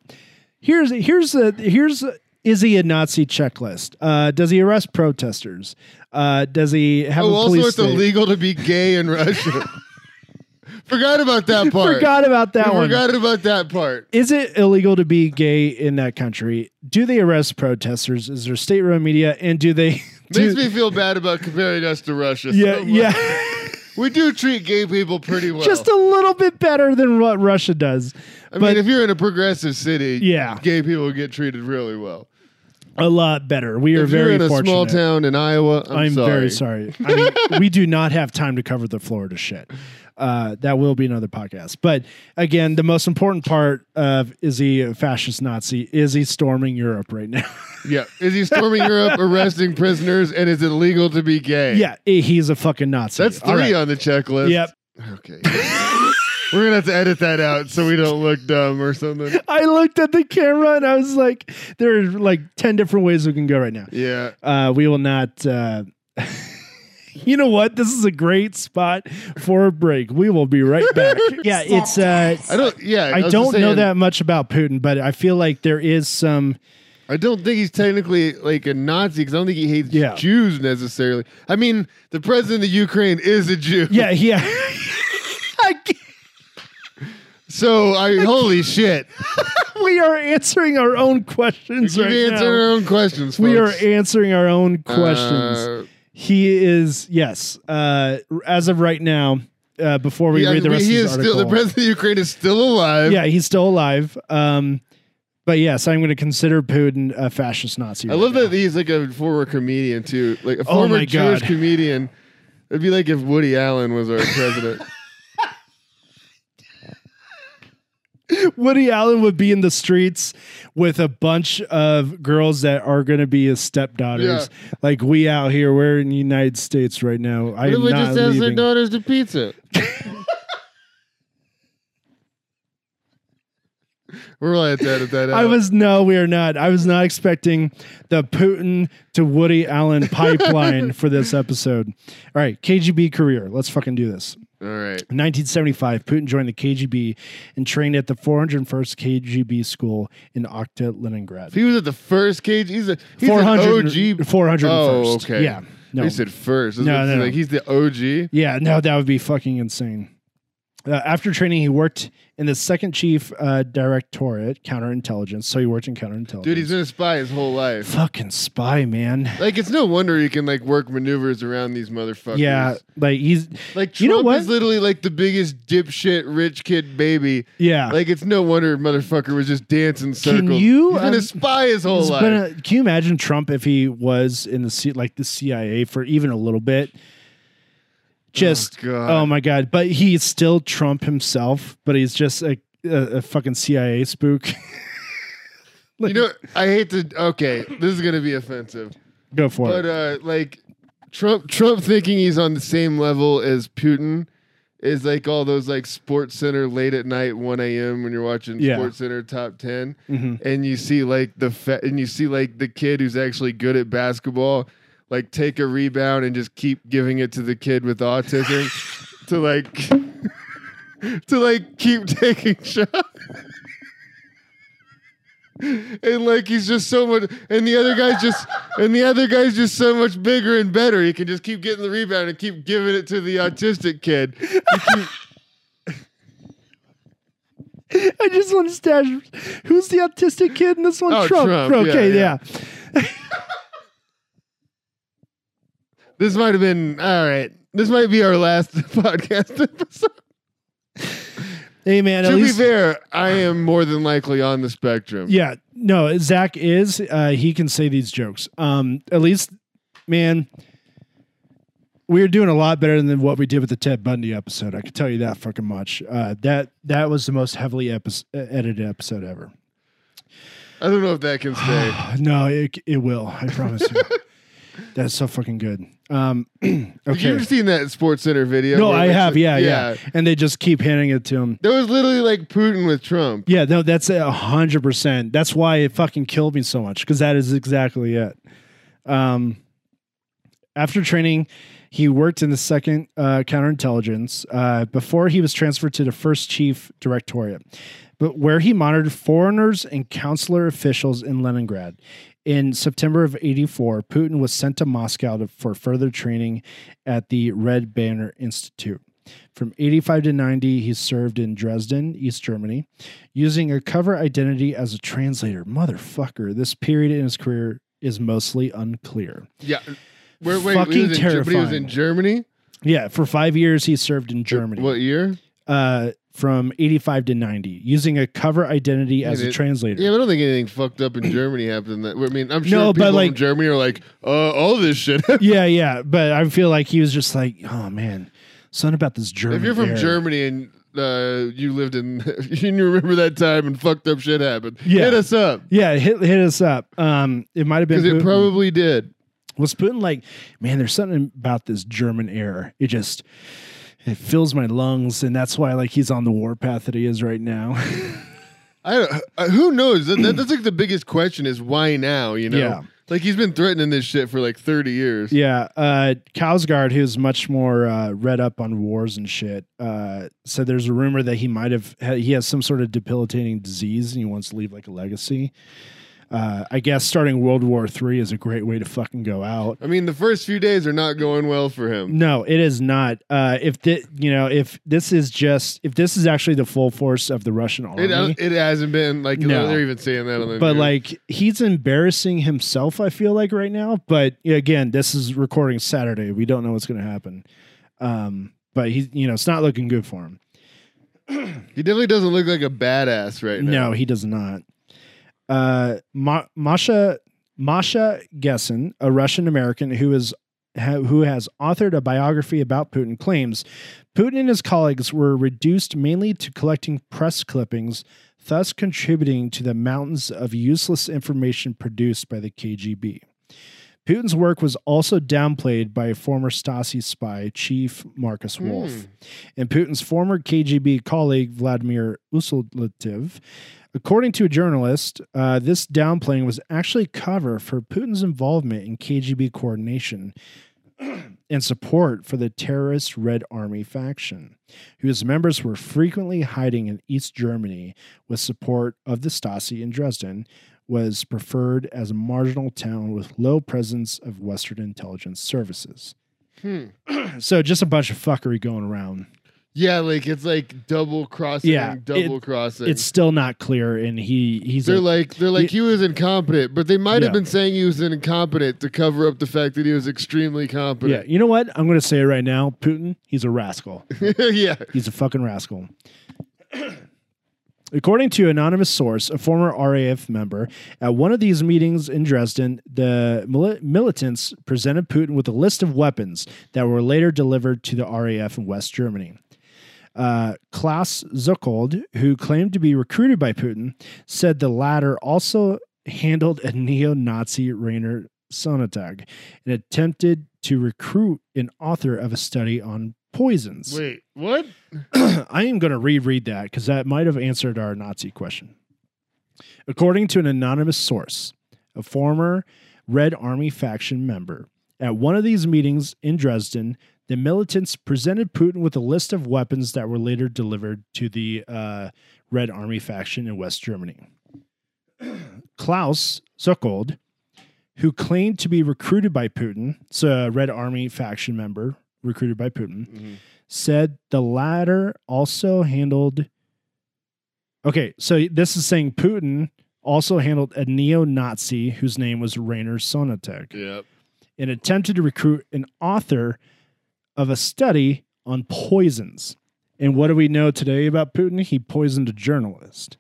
S1: here's here's a here's a- is he a Nazi checklist? Uh, does he arrest protesters? Uh, does he have
S2: oh,
S1: a
S2: also
S1: police?
S2: it's
S1: state?
S2: illegal to be gay in Russia. Forgot about that part.
S1: Forgot about that
S2: We
S1: one.
S2: Forgot about that part.
S1: is it illegal to be gay in that country? Do they arrest protesters? Is there state-run media? And do they?
S2: Makes
S1: do-
S2: me feel bad about comparing us to Russia. so
S1: yeah,
S2: much.
S1: yeah,
S2: We do treat gay people pretty well.
S1: just a little bit better than what Russia does.
S2: I
S1: but-
S2: mean, if you're in a progressive city,
S1: Yeah.
S2: gay people get treated really well.
S1: A lot better. We are
S2: if
S1: very
S2: you're in a
S1: fortunate.
S2: small town in Iowa, I'm,
S1: I'm
S2: sorry.
S1: very sorry. I mean, we do not have time to cover the Florida shit. Uh, that will be another podcast. But again, the most important part of is he a fascist Nazi? Is he storming Europe right now?
S2: Yeah, is he storming Europe, arresting prisoners, and is it illegal to be gay?
S1: yeah, he's a fucking Nazi.
S2: that's
S1: All
S2: three
S1: right.
S2: on the checklist.
S1: Yep.
S2: Okay. We're gonna have to edit that out so we don't look dumb or something.
S1: I looked at the camera and I was like, there are like 10 different ways we can go right now.
S2: Yeah.
S1: Uh, we will not. Uh, you know what? This is a great spot for a break. We will be right back. yeah, it's. Uh,
S2: I don't. Yeah.
S1: I
S2: was
S1: don't
S2: just
S1: know
S2: saying,
S1: that much about Putin, but I feel like there is some.
S2: I don't think he's technically like a Nazi because I don't think he hates
S1: Yeah.
S2: Jews necessarily. I mean, the president of Ukraine is a Jew.
S1: Yeah, yeah. I can't-
S2: So I holy shit.
S1: we are answering our own questions
S2: You
S1: right
S2: answer
S1: now.
S2: our own questions. Folks.
S1: We are answering our own questions.
S2: Uh,
S1: he is yes. Uh, as of right now, uh, before we
S2: yeah,
S1: read the rest
S2: he
S1: of his
S2: is still the
S1: article,
S2: president of Ukraine is still alive.
S1: yeah, he's still alive. Um, but yes, I'm going to consider Putin a fascist Nazi.
S2: I love that he's like a former comedian too, like a former
S1: Oh my
S2: Jewish
S1: God.
S2: comedian. It'd be like if Woody Allen was our president.
S1: Woody Allen would be in the streets with a bunch of girls that are going to be his stepdaughters. Like we out here, we're in the United States right now. I am
S2: Everybody
S1: not
S2: just sends their
S1: leaving.
S2: daughters to pizza. We're really at that at that.
S1: I
S2: hour.
S1: was no, we are not. I was not expecting the Putin to Woody Allen pipeline for this episode. All right, KGB career. Let's fucking do this.
S2: all right.
S1: In 1975, Putin joined the KGB and trained at the 401st KGB school in Okta, Leningrad.
S2: If he was at the first cage, he's a he's
S1: 400,
S2: an OG.
S1: 401st.
S2: Oh, okay.
S1: Yeah. No.
S2: He said first.
S1: No,
S2: No,
S1: no, no.
S2: Like he's the OG.
S1: Yeah, no, that would be fucking insane. Uh, after training, he worked in the second chief uh, directorate, counterintelligence. So he worked in counterintelligence.
S2: Dude, he's been a spy his whole life.
S1: fucking spy, man.
S2: Like it's no wonder he can like work maneuvers around these motherfuckers.
S1: Yeah, like he's
S2: Like Trump
S1: You know what?
S2: is literally like the biggest dipshit rich kid baby.
S1: yeah.
S2: Like it's no wonder motherfucker was just dancing circles.
S1: you,
S2: He's been
S1: um,
S2: a spy his whole
S1: It's
S2: life.
S1: been a- can you imagine Trump if he was in the C, like the CIA for even a little bit? Just oh,
S2: God.
S1: my god! But he's still Trump himself, but he's just a a, a fucking CIA spook.
S2: you know, I hate to. Okay, this is gonna be offensive,
S1: Go for
S2: but
S1: it.
S2: uh, like Trump, Trump thinking he's on the same level as Putin is like all those like Sports Center late at night, one a.m. when you're watching
S1: Yeah.
S2: Sports Center Top Ten,
S1: Mhm.
S2: and you see like the fa- and you see like the kid who's actually good at basketball, like take a rebound and just keep giving it to the kid with autism, to like. To like keep taking shots. and like he's just so much and the other guy's just and the other guy's just so much bigger and better he can just keep getting the rebound and keep giving it to the autistic kid uh,
S1: I just want to stash. Who's the autistic kid in this one?
S2: Oh,
S1: Trump.
S2: Trump,
S1: Okay, yeah,
S2: yeah, this might have been all right this might be our last podcast episode
S1: Hey man, at
S2: to
S1: least
S2: be fair i am more than likely on the spectrum
S1: yeah. No, Zach is. Uh, he can say these jokes. Um, at least, man, we're doing a lot better than what we did with the Ted Bundy episode. I can tell you that fucking much. Uh, that that was the most heavily epi- edited episode ever.
S2: i don't know if that can stay
S1: no, it it will. I promise you. That's so fucking good. Um, okay.
S2: you've seen that sports center video
S1: No,
S2: where
S1: I
S2: it's
S1: have.
S2: like-
S1: Yeah, yeah, And they just keep handing it to him.
S2: there was literally like putin with trump
S1: Yeah, no, that's a hundred percent. That's why it fucking killed me so much because that is exactly it. Um, after training, he worked in the second uh, counterintelligence uh, before he was transferred to the first chief directorate, but where he monitored foreigners and consular officials in Leningrad. In September of 84, Putin was sent to Moscow to, for further training at the Red Banner Institute. From 85 to 90, he served in Dresden, East Germany, using a cover identity as a translator. Motherfucker, this period in his career is mostly unclear.
S2: yeah where wait,
S1: Fucking
S2: he was in, Ger- but he was
S1: terrifying.
S2: in germany
S1: Yeah, for five years he served in Germany.
S2: what year
S1: Uh, from 85 to 90, using a cover identity as a
S2: Yeah, they-
S1: translator.
S2: Yeah, but I don't think anything fucked up in Germany happened. That I mean, I'm sure
S1: No, but,
S2: people
S1: like-
S2: in Germany are like, uh, all this shit. if
S1: yeah, yeah. But I feel like he was just like, oh man, something about this German.
S2: you're from
S1: era."
S2: Germany and uh, you lived in, you remember that time and fucked up shit happened.
S1: Yeah.
S2: hit us up
S1: yeah, hit hit us up. Um, it might have been
S2: because
S1: Putin.
S2: it probably did.
S1: was Putin like, man, there's something about this German air. It just it fills my lungs, and that's why like he's on the warpath that he is right now.
S2: I don't, uh, who knows? That, that- that's like the biggest question is why now? You know,
S1: Yeah.
S2: like he's been threatening this shit for like 30 years.
S1: Yeah, uh, Cowsgard, who's much more uh, read up on wars and shit, uh, said there's a rumor that he might have he has some sort of debilitating disease and he wants to leave like a legacy. Uh, I guess starting World War Three is a great way to fucking go out.
S2: I mean, the first few days are not going well for him.
S1: No, it is not. Uh, if thi- you know, if this is just if this is actually the full force of the Russian army,
S2: It, uh, it hasn't been like
S1: No.
S2: they're even saying that on the
S1: but
S2: news.
S1: like he's embarrassing himself i feel like right now but again this is recording saturday we don't know what's going to happen um but he's you know it's not looking good for him
S2: he definitely doesn't look like a badass right now.
S1: no he does not uh Ma- masha masha gessen a russian american who is ha- who has authored a biography about Putin, claims Putin and his colleagues were reduced mainly to collecting press clippings, thus contributing to the mountains of useless information produced by the KGB. Putin's work was also downplayed by former Stasi spy chief Marcus Wolf
S2: Hmm.
S1: uh,
S2: Hmm.
S1: So, just a bunch of fuckery going around.
S2: Yeah, like it's like double crossing,
S1: Yeah, it-
S2: double crossing.
S1: it's still not clear and he he's
S2: they're
S1: a,
S2: like they're like he was incompetent, but they might
S1: Yeah.
S2: have been saying he was incompetent to cover up the fact that he was extremely
S1: yeah
S2: competent.
S1: you know what i'm gonna say it right now putin he's a rascal
S2: Yeah, yeah.
S1: he's a fucking rascal According to anonymous source, a former RAF member, at one of these meetings in Dresden, the mili- militants presented Putin with a list of weapons that were later delivered to the RAF in West Germany. Uh, Klaus Zuckold, who claimed to be recruited by Putin, said the latter also handled a neo-Nazi Rainer Sonntag and attempted to recruit an author of a study on poisons.
S2: Wait, what?
S1: I am going to reread that because that might have answered our Nazi question. According to an anonymous source, a former Red Army faction member, at one of these meetings in Dresden, the militants presented Putin with a list of weapons that were later delivered to the uh, Red Army faction in West Germany. Klaus Zuckold, who claimed to be recruited by Putin, so a Red Army faction member recruited by Putin,
S2: Mm-hmm.
S1: said the latter also handled. Okay, so this is saying Putin also handled a neo Nazi whose name was Rainer Sonatek
S2: Yep.
S1: and attempted to recruit an author of a study on poisons. And what do we know today about Putin? He poisoned a journalist.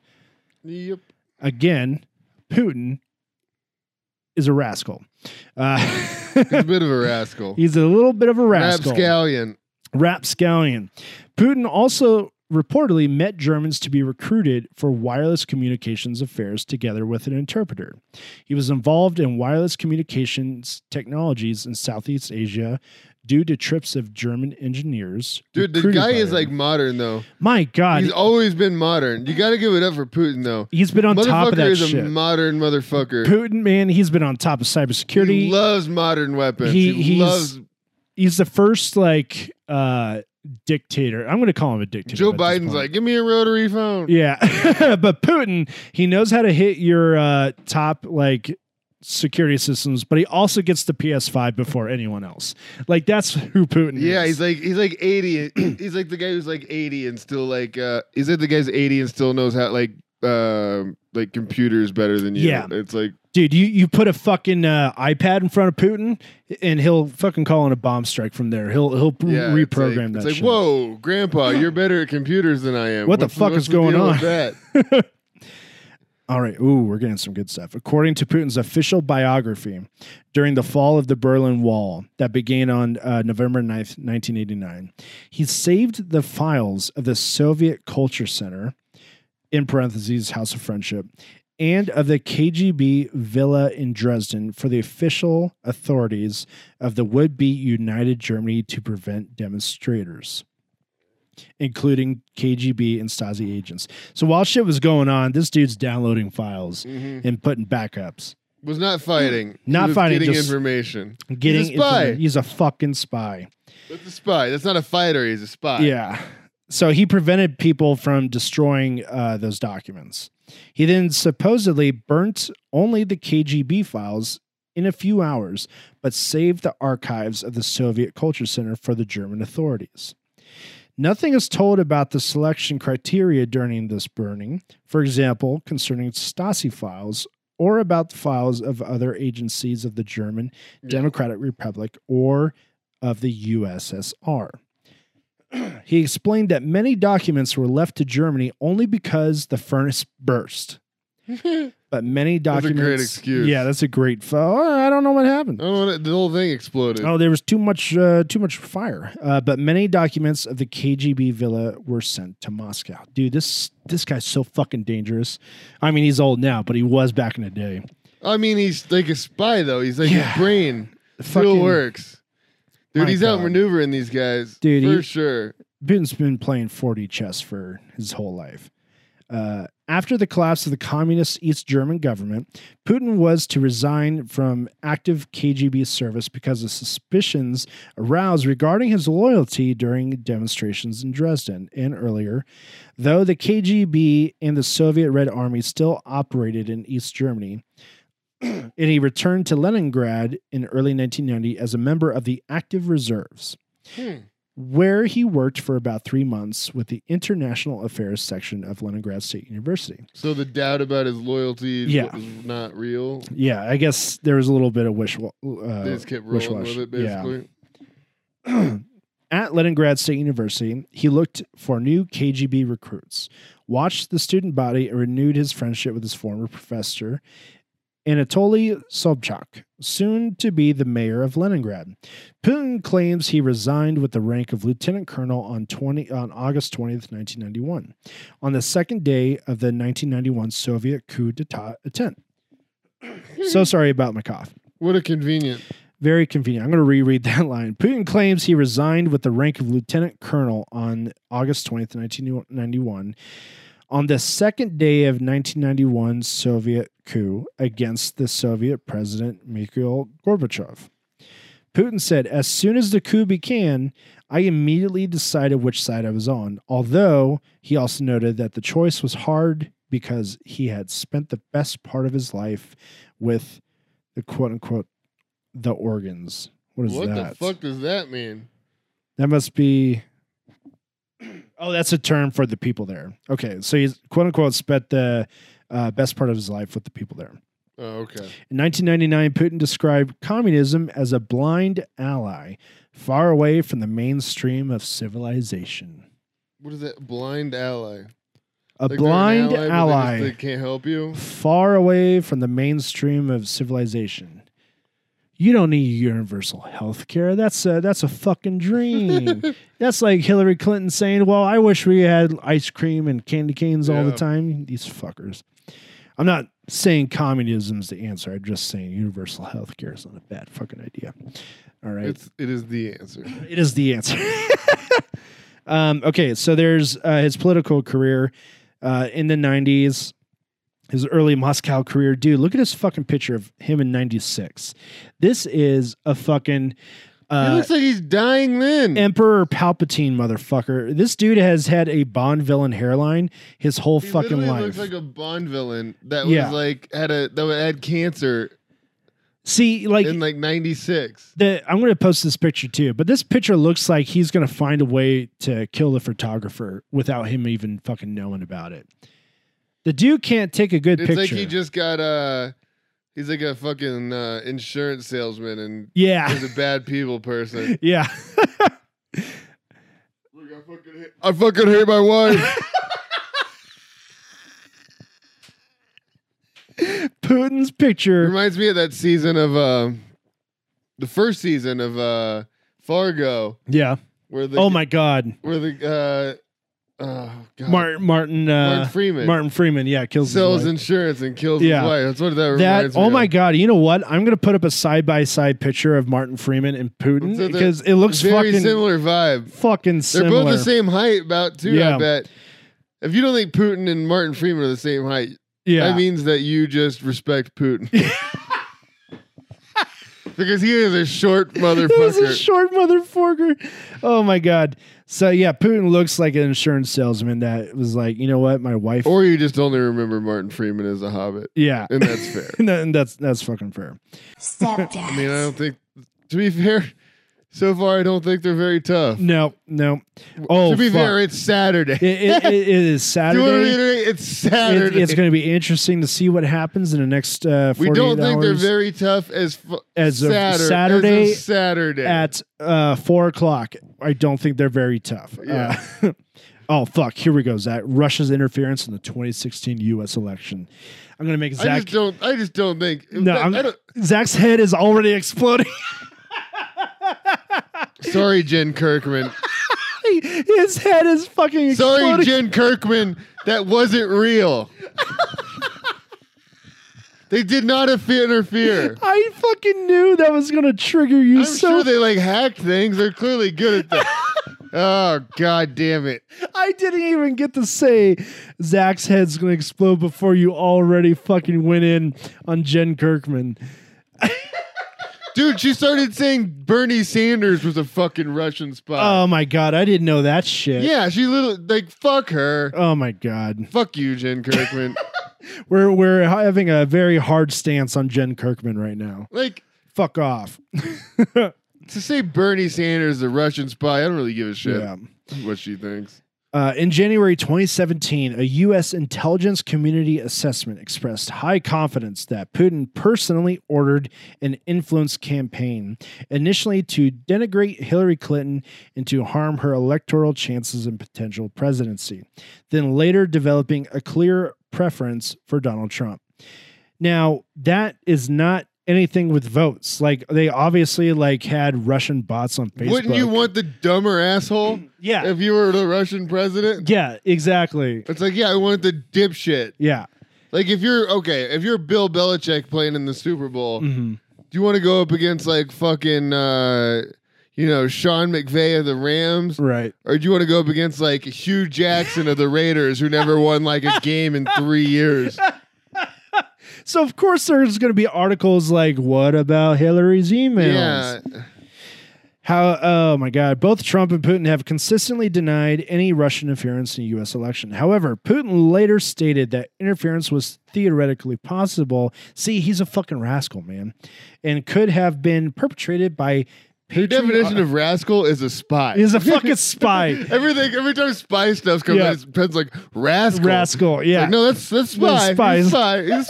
S2: Yep.
S1: Again, Putin is a rascal. Uh,
S2: He's a bit of a rascal.
S1: he's a little bit of a rascal.
S2: Rapscallion.
S1: Rapscallion. Putin also reportedly met Germans to be recruited for wireless communications affairs together with an interpreter. He was involved in wireless communications technologies in Southeast Asia due to trips of German engineers.
S2: Dude, the
S1: recruited
S2: guy
S1: by
S2: is
S1: him.
S2: like modern though.
S1: my God,
S2: He's always been modern. You got to give it up for Putin though.
S1: he's been on top
S2: motherfucker
S1: of that
S2: is
S1: shit.
S2: a modern motherfucker.
S1: Putin, man, he's been on top of cybersecurity.
S2: He loves modern weapons.
S1: He-
S2: He,
S1: he's-
S2: loves
S1: he's the first like uh dictator. I'm going to call him a dictator.
S2: Joe
S1: at this
S2: Biden's
S1: point.
S2: like, give me a rotary phone.
S1: Yeah, but Putin, he knows how to hit your uh, top like security systems, but he also gets the PS5 before anyone else. Like that's who Putin
S2: Yeah,
S1: is.
S2: he's like he's like eighty. he's like the guy who's like eighty and still like uh he's like the guy's eighty and still knows how like um like computers better than you.
S1: Yeah.
S2: It's like
S1: dude, you you put a fucking uh, iPad in front of Putin, and he'll fucking call in a bomb strike from there. He'll he'll
S2: yeah, it's
S1: reprogram
S2: like-
S1: that.
S2: It's like,
S1: shit.
S2: whoa, grandpa, you're better at computers than I am.
S1: What the fuck is
S2: the
S1: going
S2: deal
S1: on?"
S2: with that?
S1: All right. Ooh, we're getting some good stuff. According to Putin's official biography, during the fall of the Berlin Wall that began on uh, November 9th, 1989, he saved the files of the Soviet Culture Center, in parentheses, House of Friendship, and of the KGB villa in Dresden for the official authorities of the would be United Germany to prevent demonstrators, including KGB and Stasi agents. So while shit was going on, this dude's downloading files
S2: Mhm.
S1: and putting backups,
S2: Was not fighting. He
S1: Not
S2: was
S1: fighting,
S2: Getting
S1: just-
S2: information.
S1: getting
S2: He's a spy.
S1: informa- he's a fucking spy.
S2: That's a spy. That's not a fighter. He's a spy.
S1: Yeah. So he prevented people from destroying uh, those documents. He then supposedly burnt only the KGB files in a few hours, but saved the archives of the Soviet Culture Center for the German authorities. Nothing is told about the selection criteria during this burning, for example, concerning Stasi files or about the files of other agencies of the German
S2: Yeah.
S1: Democratic Republic or of the USSR. he explained that many documents were left to Germany only because the furnace burst. But many
S2: That's a great
S1: documents.
S2: excuse.
S1: Yeah, that's a great. F- oh, I don't know what happened.
S2: I don't know, what- the whole thing exploded.
S1: Oh, there was too much, uh, too much fire. Uh, but many documents of the KGB villa were sent to Moscow. Dude, this this guy's so fucking dangerous. I mean, he's old now, but he was back in the day.
S2: I mean, he's like a spy though. He's like
S1: Yeah.
S2: his brain
S1: The
S2: still works. Dude,
S1: My
S2: he's
S1: God.
S2: outmaneuvering these guys
S1: Dude,
S2: for
S1: he-
S2: sure.
S1: Putin's been playing 40 chess for his whole life. Uh, after the collapse of the communist East German government, Putin was to resign from active KGB service because of suspicions aroused regarding his loyalty during demonstrations in Dresden and earlier, though the KGB and the Soviet Red Army still operated in East Germany. and he returned to Leningrad in early 1990 as a member of the active reserves
S2: Hmm.
S1: where he worked for about three months with the International Affairs section of Leningrad State University.
S2: So the doubt about his loyalty is
S1: Yeah.
S2: was not real.
S1: Yeah, I guess there was a little bit of wishful. Uh,
S2: they just kept rolling
S1: wish-wash.
S2: with it,
S1: Yeah.
S2: basically.
S1: At Leningrad State University, he looked for new KGB recruits, watched the student body, and renewed his friendship with his former professor, Anatoly Sobchak, soon to be the mayor of Leningrad. Putin claims he resigned with the rank of lieutenant colonel on 20, on August 20th, 1991, on the second day of the 1991 Soviet coup d'etat attempt. So sorry about my cough.
S2: What a convenient.
S1: Very convenient. I'm going to reread that line. Putin claims he resigned with the rank of lieutenant colonel on August 20th, 1991, on the second day of 1991 Soviet coup against the Soviet president Mikhail Gorbachev. Putin said, As soon as the coup began, I immediately decided which side I was on. Although he also noted that the choice was hard because he had spent the best part of his life with the quote unquote the organs. What is
S2: What
S1: that?
S2: the fuck does that mean?
S1: That must be. Oh, that's a term for the people there. Okay, so he's quote unquote spent the uh, best part of his life with the people there.
S2: Oh, okay.
S1: In 1999, Putin described communism as a blind ally, far away from the mainstream of civilization.
S2: What is that? Blind ally.
S1: A
S2: Like, they're an
S1: blind
S2: but they just-
S1: ally,
S2: they can't help you.
S1: far away from the mainstream of civilization. You don't need universal health care. That's a that's a fucking dream. That's like Hillary Clinton saying, "Well, I wish we had ice cream and candy canes all the
S2: Yeah.
S1: time." These fuckers. I'm not saying communism's the answer. I'm just saying universal health care is not a bad fucking idea. All right,
S2: It's it is the answer.
S1: it is the answer. um, okay, so there's uh, his political career uh, in the 90s, his early Moscow career. Dude, look at this fucking picture of him in 96. This is a fucking.
S2: he
S1: Uh,
S2: looks like he's dying then.
S1: Emperor Palpatine, motherfucker. This dude has had a Bond villain hairline his whole
S2: he
S1: fucking
S2: literally
S1: life.
S2: looks like a Bond villain that
S1: Yeah.
S2: was like had a that had cancer
S1: See, like,
S2: in like '96.
S1: the, I'm going to post this picture too, but this picture looks like he's going to find a way to kill the photographer without him even fucking knowing about it. The dude can't take a good
S2: It's
S1: picture.
S2: like he just got uh he's like a fucking uh, insurance salesman and
S1: yeah,
S2: he's a bad people person.
S1: yeah.
S2: Look, I fucking hate, I fucking hate my wife.
S1: Putin's picture.
S2: Reminds me of that season of uh, the first season of uh, Fargo
S1: Yeah.
S2: where the
S1: Oh my God,
S2: where the uh, oh
S1: Martin
S2: god
S1: Martin
S2: Martin
S1: uh,
S2: Freeman
S1: Martin Freeman. Yeah, kills. his
S2: sells
S1: wife.
S2: insurance and kills
S1: Yeah.
S2: his wife. That's what that
S1: That
S2: reminds me.
S1: oh
S2: of.
S1: my god! You know what? I'm gonna put up a side by side picture of Martin Freeman and Putin
S2: So they're
S1: because it looks
S2: very
S1: fucking
S2: similar vibe.
S1: fucking
S2: They're
S1: similar.
S2: both the same height, about too.
S1: Yeah.
S2: I bet. If you don't think Putin and Martin Freeman are the same height,
S1: Yeah,
S2: that means that you just respect Putin. because he is a short
S1: That was a
S2: motherfucker.
S1: short motherfucker. Oh my god. So yeah, Putin looks like an insurance salesman that was like, you know what, my wife.
S2: or you just only remember Martin Freeman as a hobbit,
S1: yeah,
S2: and that's fair.
S1: and, that- and that's that's fucking fair.
S2: I mean, I don't think. To be fair, so far I don't think they're very tough.
S1: No, no. Oh,
S2: to be
S1: fuck.
S2: fair, it's Saturday.
S1: It- it- it- it is
S2: Do you want to
S1: Saturday.
S2: reiterate? It's
S1: It-
S2: Saturday.
S1: it's going to be interesting to see what happens in the next uh, 48
S2: we don't think they're
S1: hours
S2: very tough as fu-
S1: As of
S2: Satur- as
S1: Saturday
S2: of Saturday.
S1: at uh, four o'clock. I don't think they're very tough.
S2: Yeah.
S1: Uh, Oh fuck! Here we go, Zach. Russia's interference in the 2016 U.S. election. I'm gonna make
S2: I
S1: Zach.
S2: just don't. I just don't think.
S1: No,
S2: I- I
S1: I'm-
S2: don't-
S1: Zach's head is already exploding.
S2: sorry, Jen Kirkman.
S1: His head is fucking exploding.
S2: Sorry, Jen Kirkman. That wasn't real. they did not inf- interfere.
S1: I fucking knew that was gonna trigger you
S2: I'm
S1: so.
S2: sure they like hack things. They're clearly good at that. oh god damn it!
S1: I didn't even get to say Zach's head's gonna explode before you already fucking went in on Jen Kirkman.
S2: Dude, she started saying Bernie Sanders was a fucking Russian spy.
S1: Oh my god, I didn't know that shit.
S2: yeah, she little like fuck her.
S1: Oh my god,
S2: Fuck you, Jen Kirkman.
S1: we're we're having a very hard stance on Jen Kirkman right now.
S2: like
S1: Fuck off.
S2: to say Bernie Sanders is a Russian spy, I don't really give a shit
S1: Yeah.
S2: what she thinks.
S1: Uh, in January 2017, a U.S. intelligence community assessment expressed high confidence that Putin personally ordered an influence campaign, initially to denigrate Hillary Clinton and to harm her electoral chances and potential presidency, then later developing a clear preference for Donald Trump. Now, that is not anything with votes. Like they obviously like had Russian bots on Facebook.
S2: Wouldn't you want the dumber asshole
S1: Yeah.
S2: if you were the Russian president?
S1: Yeah, exactly.
S2: It's like, yeah, I want the dipshit.
S1: Yeah.
S2: Like if you're okay, if you're Bill Belichick playing in the Super Bowl,
S1: Mhm.
S2: do you want to go up against like fucking uh you know Sean McVay of the Rams,
S1: Right.
S2: or do you want to go up against like Hugh Jackson of the Raiders, who never won like a game in three years?
S1: So of course there's going to be articles like what about Hillary's emails?
S2: Yeah,
S1: How oh my god, both Trump and Putin have consistently denied any Russian interference in the US election. However, Putin later stated that interference was theoretically possible. See, he's a fucking rascal, man. And could have been perpetrated by
S2: your definition
S1: patri-
S2: of rascal is a spy.
S1: is a fucking spy.
S2: Everything every time spy stuff comes,
S1: Yeah.
S2: out, it's Penn's like rascal.
S1: rascal. Yeah.
S2: Like, no, that's that's
S1: No,
S2: spy.
S1: spy.
S2: He's a spy. He's a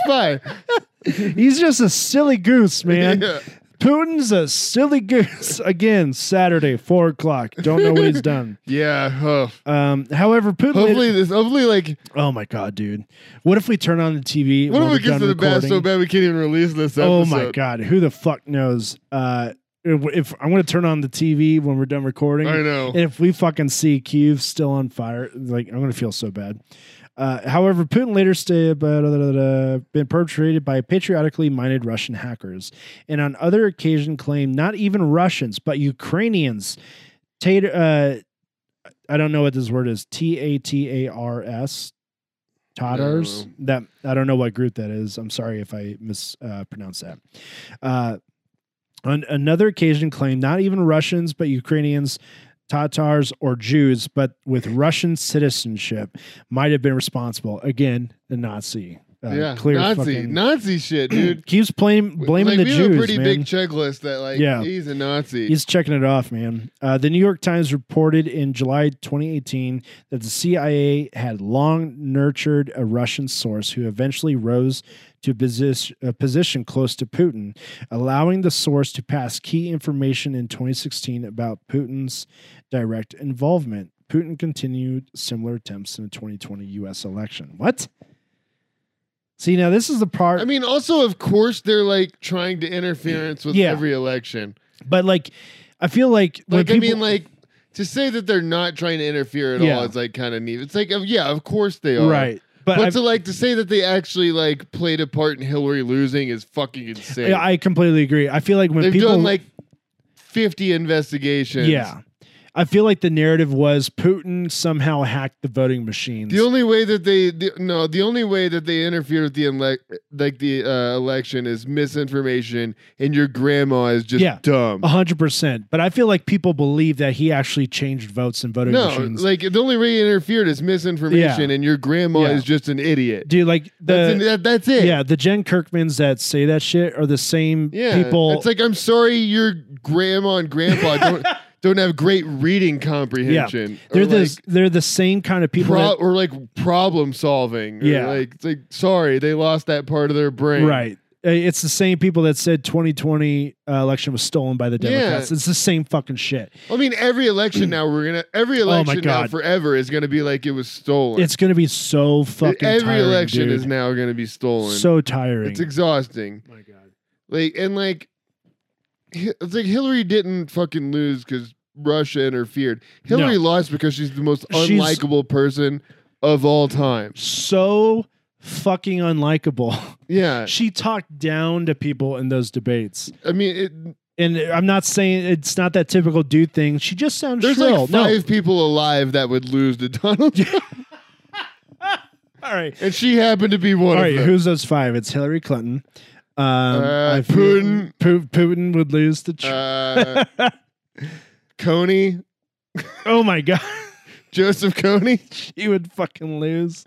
S2: spy.
S1: He's just a silly goose, man.
S2: Yeah.
S1: Putin's a silly goose. Again, Saturday, four o'clock. Don't know what he's done.
S2: Yeah. huh.
S1: Um, however, Putin.
S2: Hopefully this. Hopefully like
S1: oh my god, dude! What if we turn on the TV?
S2: What
S1: when
S2: if
S1: we're
S2: it gets
S1: done
S2: to the bad
S1: recording?
S2: so bad we can't even release this episode?
S1: Oh my god, who the fuck knows? Uh, if, if I'm gonna turn on the TV when we're done recording,
S2: I know.
S1: and if we fucking see Kyiv still on fire, like I'm gonna feel so bad. Uh, however, Putin later stated, blah, blah, blah, blah, been perpetrated by patriotically minded Russian hackers, and on other occasion claimed not even Russians but Ukrainians. Tater, uh, I don't know what this word is. T a t a r s, Tatars. That I don't know what group that is. I'm sorry if I mispronounce uh, pronounce that. Uh, on another occasion, claimed not even Russians but Ukrainians Tatars or Jews, but with Russian citizenship, might have been responsible. Again, the Nazi. Uh,
S2: yeah, Nazi,
S1: fucking-
S2: Nazi shit, dude.
S1: keeps blame, blaming
S2: like,
S1: the
S2: we
S1: Jews.
S2: have a pretty
S1: man.
S2: big checklist that like
S1: Yeah.
S2: he's a Nazi.
S1: He's checking it off, man. Uh, the New York Times reported in July 2018 that the CIA had long nurtured a Russian source who eventually rose to posi- a position close to Putin, allowing the source to pass key information in 2016 about Putin's direct involvement. Putin continued similar attempts in the 2020 U.S. election. What? See, now this is the part.
S2: I mean, also of course they're like trying to interference with
S1: Yeah.
S2: every election.
S1: but like, I feel like when
S2: Like I
S1: people-
S2: mean, like to say that they're not trying to interfere at
S1: Yeah.
S2: all is like kind of neat. It's like uh, yeah, of course they are.
S1: right. But,
S2: But,
S1: I-
S2: to like to say that they actually like played a part in Hillary losing is fucking insane.
S1: Yeah, I completely agree. I feel like when
S2: They've
S1: people
S2: done like fifty investigations.
S1: yeah, I feel like the narrative was Putin somehow hacked the voting machines.
S2: The only way that they the, no, the only way that they interfere with the elec like the uh, election is misinformation, and your grandma is just
S1: Yeah.
S2: dumb.
S1: A hundred percent. But I feel like people believe that he actually changed votes and voting
S2: No,
S1: machines.
S2: like the only way you interfered is misinformation, and your grandma
S1: Yeah.
S2: is just an idiot.
S1: Dude, like
S2: That's, an-
S1: the
S2: that- that's it.
S1: yeah, the Jen Kirkmans that say that shit are the same
S2: Yeah.
S1: people.
S2: It's like I'm sorry, your grandma and grandpa don't don't have great reading comprehension.
S1: they're
S2: or
S1: the
S2: like
S1: they're the same kind of people.
S2: pro-
S1: that-
S2: or like problem solving. or
S1: Yeah.
S2: like it's like sorry, they lost that part of their brain.
S1: right. Uh, It's the same people that said 2020 uh, election was stolen by the
S2: Yeah.
S1: Democrats. It's the same fucking shit.
S2: I mean, every election now we're gonna every
S1: Oh my
S2: election now
S1: God.
S2: forever is gonna be like it was stolen.
S1: It's going to be so fucking
S2: E, every
S1: tiring,
S2: election
S1: dude.
S2: is now gonna be stolen.
S1: so tiring.
S2: it's exhausting.
S1: my God.
S2: Like and like, Hi- it's like Hillary didn't fucking lose because Russia interfered. Hillary lost because she's the most
S1: She's-
S2: unlikable person of all time.
S1: So fucking unlikable.
S2: Yeah,
S1: she talked down to people in those debates.
S2: I mean, it,
S1: And I'm not saying it's not that typical dude thing. She just sounds
S2: there's
S1: shrill.
S2: like five people alive that would lose to Donald, Trump,
S1: no. All right.
S2: and she happened to be
S1: All
S2: one
S1: right.
S2: of them.
S1: Who's those five? It's Hillary Clinton. Um,
S2: Uh,
S1: I feel-
S2: Putin.
S1: Pu- Putin would lose to. Tr-
S2: Uh, Coney,
S1: oh my God.
S2: Joseph Coney.
S1: she would fucking lose.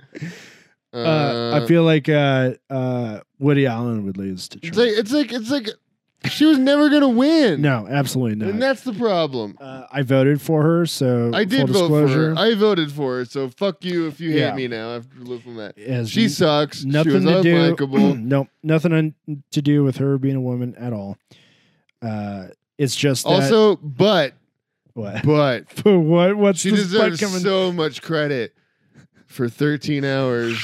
S2: Uh,
S1: Uh, I feel like uh, uh, Woody Allen would lose to Trump.
S2: it's like it's like it's like she was never gonna win.
S1: no, absolutely
S2: and
S1: not.
S2: that's the problem.
S1: Uh, I voted for her, so
S2: I did
S1: full
S2: vote for
S1: disclosure,
S2: her. I voted for her. So fuck you if you
S1: Yeah.
S2: hate me now after live from that.
S1: It has
S2: She sucks. she
S1: nothing
S2: was
S1: to do.
S2: unlikable.
S1: nope, nothing un- to do with her being a woman at all. Uh, it's just that,
S2: also, but
S1: what?
S2: but
S1: For what? What's
S2: she
S1: this
S2: deserves
S1: fucking-
S2: so much credit for 13 hours.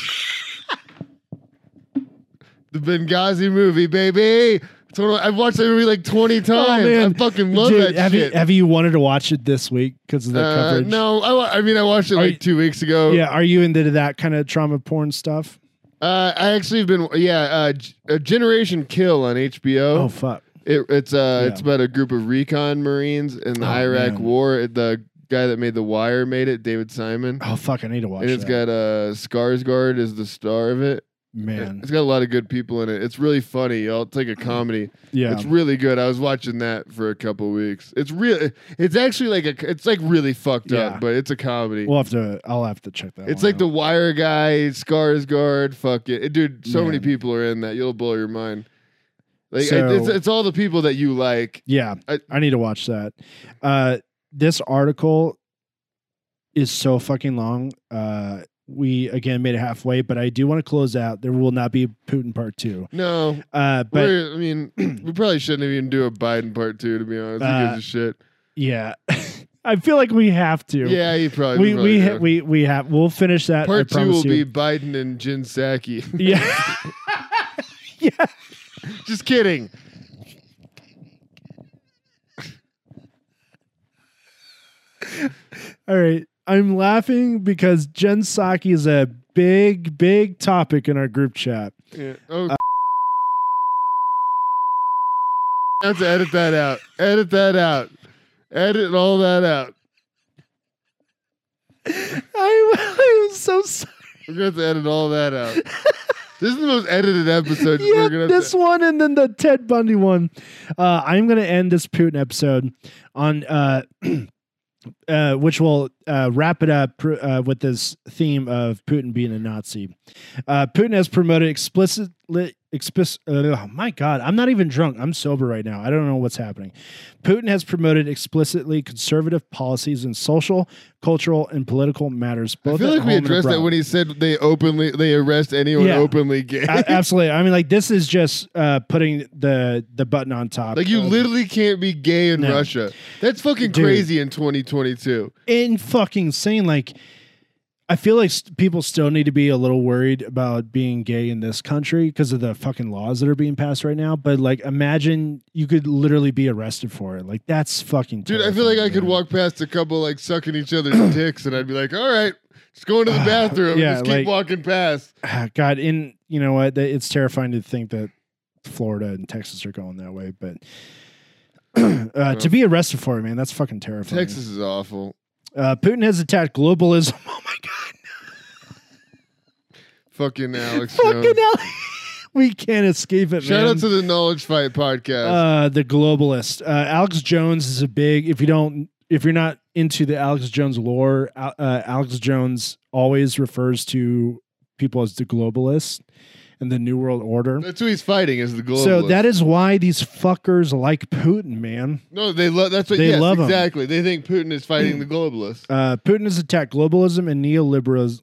S2: the Benghazi movie, baby. Total, I've watched that movie like 20 times.
S1: Oh, man.
S2: I fucking love
S1: Dude,
S2: that
S1: have
S2: shit.
S1: you have you wanted to watch it this week because of the
S2: Uh,
S1: coverage?
S2: No, I, wa- I mean I watched it
S1: Are
S2: like
S1: you-
S2: two weeks ago.
S1: Yeah, are you into that kind of trauma porn stuff?
S2: uh, I actually have been yeah. Uh, G- uh, Generation Kill on HBO.
S1: Oh, fuck.
S2: It, it's uh,
S1: Yeah.
S2: it's about a group of recon Marines in the
S1: Oh,
S2: Iraq
S1: man.
S2: War. The guy that made The Wire made it, David Simon,
S1: Oh fuck, I need to watch
S2: and it's
S1: that.
S2: got uh, Skarsgård is the star of it.
S1: Man,
S2: It's got a lot of good people in it. It's really funny. Y'all, it's like a comedy.
S1: yeah.
S2: It's really good. I was watching that for a couple weeks. It's real. It's actually like a. It's like really fucked
S1: Yeah.
S2: up, but it's a comedy.
S1: We'll have to. I'll have to check that.
S2: It's
S1: one
S2: like the
S1: out.
S2: wire guy, Skarsgård. Fuck it, dude. So many
S1: Man.
S2: people are in that. You'll blow your mind. Like it-
S1: So-
S2: it's, it's all the people that you like.
S1: Yeah, I,
S2: I-
S1: need to watch that. Uh, this article is so fucking long. Uh, we again made it halfway, but I do want to close out. There will not be Putin part two.
S2: No,
S1: Uh, but
S2: we're, I mean, we probably shouldn't even do a Biden part two. To be honest, who
S1: Uh,
S2: gives a shit?
S1: yeah, I feel like we have to.
S2: Yeah, you probably.
S1: we
S2: probably
S1: we ha-
S2: do.
S1: we we have. We'll finish that.
S2: part
S1: I
S2: two
S1: promise
S2: will
S1: you.
S2: be Biden and Jin Saki.
S1: yeah. yeah.
S2: Just kidding.
S1: All right. I'm laughing because Jen Psaki is a big, big topic in our group chat.
S2: Yeah. Oh. I have to edit that out. Edit that out. Edit all that out.
S1: I, I'm so sorry.
S2: We're gonna have to edit all that out. this is the most edited episode
S1: yeah,
S2: we're gonna have
S1: this
S2: to,
S1: one and then the Ted Bundy one. Uh, I'm going to end this Putin episode on, uh, uh, which will uh, wrap it up pr- uh, with this theme of Putin being a Nazi. Uh, Putin has promoted explicitly. Explicit, oh my God, I'm not even drunk. I'm sober right now. I don't know what's happening. Putin has promoted explicitly conservative policies in social, cultural, and political matters. Both
S2: I feel
S1: at
S2: like we
S1: home and
S2: addressed that
S1: abroad.
S2: when he said they openly they arrest anyone
S1: Yeah.
S2: openly gay.
S1: A- absolutely. I mean, like this is just uh, putting the the button on top.
S2: like you
S1: of-
S2: literally can't be gay in
S1: Um, No.
S2: Russia. That's fucking
S1: Dude.
S2: crazy in 2022.
S1: in fucking saying like. I feel like st- people still need to be a little worried about being gay in this country because of the fucking laws that are being passed right now. But like, imagine you could literally be arrested for it. Like, that's fucking.
S2: Dude, I feel like I
S1: terrifying,
S2: could
S1: man.
S2: walk past a couple like sucking each other's dicks and I'd be like, "All right, just going to the bathroom.
S1: Yeah,
S2: and just
S1: like-
S2: keep walking past."
S1: Ah, God, in you know what? That- It's terrifying to think that Florida and Texas are going that way. But uh, to be arrested for it, man, that's fucking terrifying.
S2: Texas is awful.
S1: Uh, Putin has attacked globalism. Oh my God.
S2: Fucking Alex.
S1: Fucking
S2: Jones.
S1: hell. we can't escape it,
S2: Shout
S1: man.
S2: out to the Knowledge Fight podcast.
S1: uh, the globalist. Uh, Alex Jones is a big, if you don't, if you're not into the Alex Jones lore, Al- uh, Alex Jones always refers to people as the globalist and the New World Order.
S2: That's who he's fighting is the globalists.
S1: So that is why these fuckers like Putin, man.
S2: No, they love. That's what
S1: They
S2: yes,
S1: love 'em.
S2: exactly. They think Putin is fighting the globalists.
S1: Uh, Putin has attacked globalism and neoliberalism.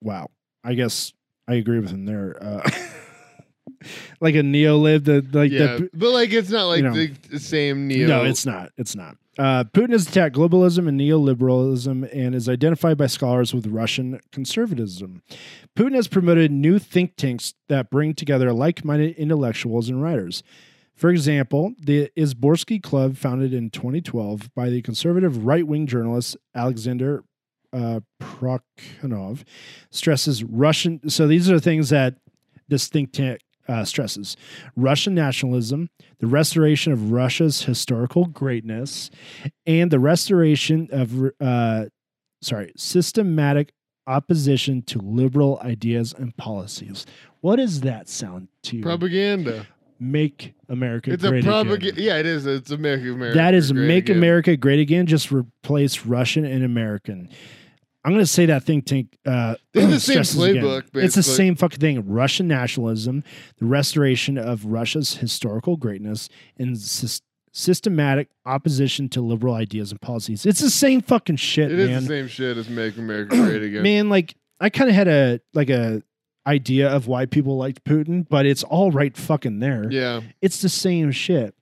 S1: Wow. I guess I agree with him there. Uh, like a neo lib, the like
S2: yeah,
S1: the
S2: but like it's not like
S1: you know.
S2: the same neo.
S1: No, it's not. It's not. Uh, Putin has attacked globalism and neoliberalism and is identified by scholars with Russian conservatism. Putin has promoted new think tanks that bring together like minded intellectuals and writers. For example, the Izborsky Club, founded in 2012 by the conservative right wing journalist Alexander uh, Prokhonov, stresses Russian. So these are things that this think tank uh, stresses Russian nationalism, the restoration of Russia's historical greatness, and the restoration of uh, sorry systematic opposition to liberal ideas and policies. What does that sound to you?
S2: propaganda.
S1: Make America
S2: It's a
S1: great
S2: propaganda.
S1: again.
S2: Yeah, it is. It's a make America.
S1: That is
S2: great
S1: make
S2: again.
S1: America great again. Just replace Russian and American. I'm going to say that think tank. Uh,
S2: They have the same
S1: stresses again.
S2: playbook,
S1: It's the
S2: basically.
S1: same fucking thing. Russian nationalism, the restoration of Russia's historical greatness, and sys- systematic opposition to liberal ideas and policies. It's the same fucking shit,
S2: It is
S1: man.
S2: the same shit as make America great again.
S1: Man, like I kind of had a like a idea of why people liked Putin, but it's all right fucking there.
S2: yeah.
S1: It's the same shit.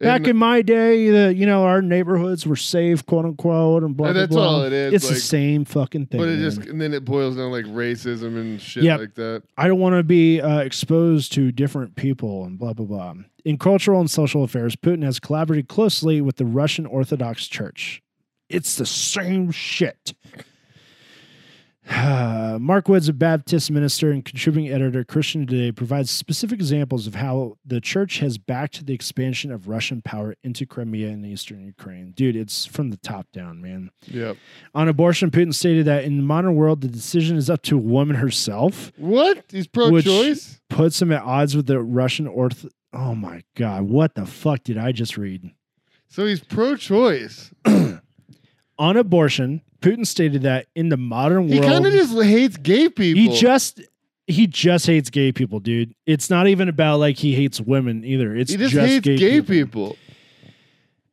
S1: Back
S2: And-
S1: in my day, the you know our neighborhoods were safe, quote unquote, and blah
S2: and
S1: blah
S2: that's
S1: blah.
S2: all it is.
S1: it's
S2: like,
S1: the same fucking thing.
S2: But it
S1: man.
S2: just and then it boils down like racism and shit
S1: Yep.
S2: like that.
S1: I don't want to be uh, exposed to different people and blah blah blah. In cultural and social affairs, Putin has collaborated closely with the Russian Orthodox Church. It's the same shit. Mark Woods, a Baptist minister and contributing editor at Christian Today, provides specific examples of how the church has backed the expansion of Russian power into Crimea and eastern Ukraine. Dude, it's from the top down, man.
S2: Yep.
S1: On abortion, Putin stated that in the modern world, the decision is up to a woman herself
S2: What? He's
S1: Which-
S2: pro-choice.
S1: puts him at odds with the Russian orth. Oh my god, what the fuck did I just read?
S2: So he's pro-choice.
S1: On abortion, Putin stated that in the modern
S2: He
S1: world,
S2: kind of just hates gay people.
S1: he just he just hates gay people, dude. It's not even about like he hates women either. It's
S2: he just,
S1: just
S2: hates gay, people.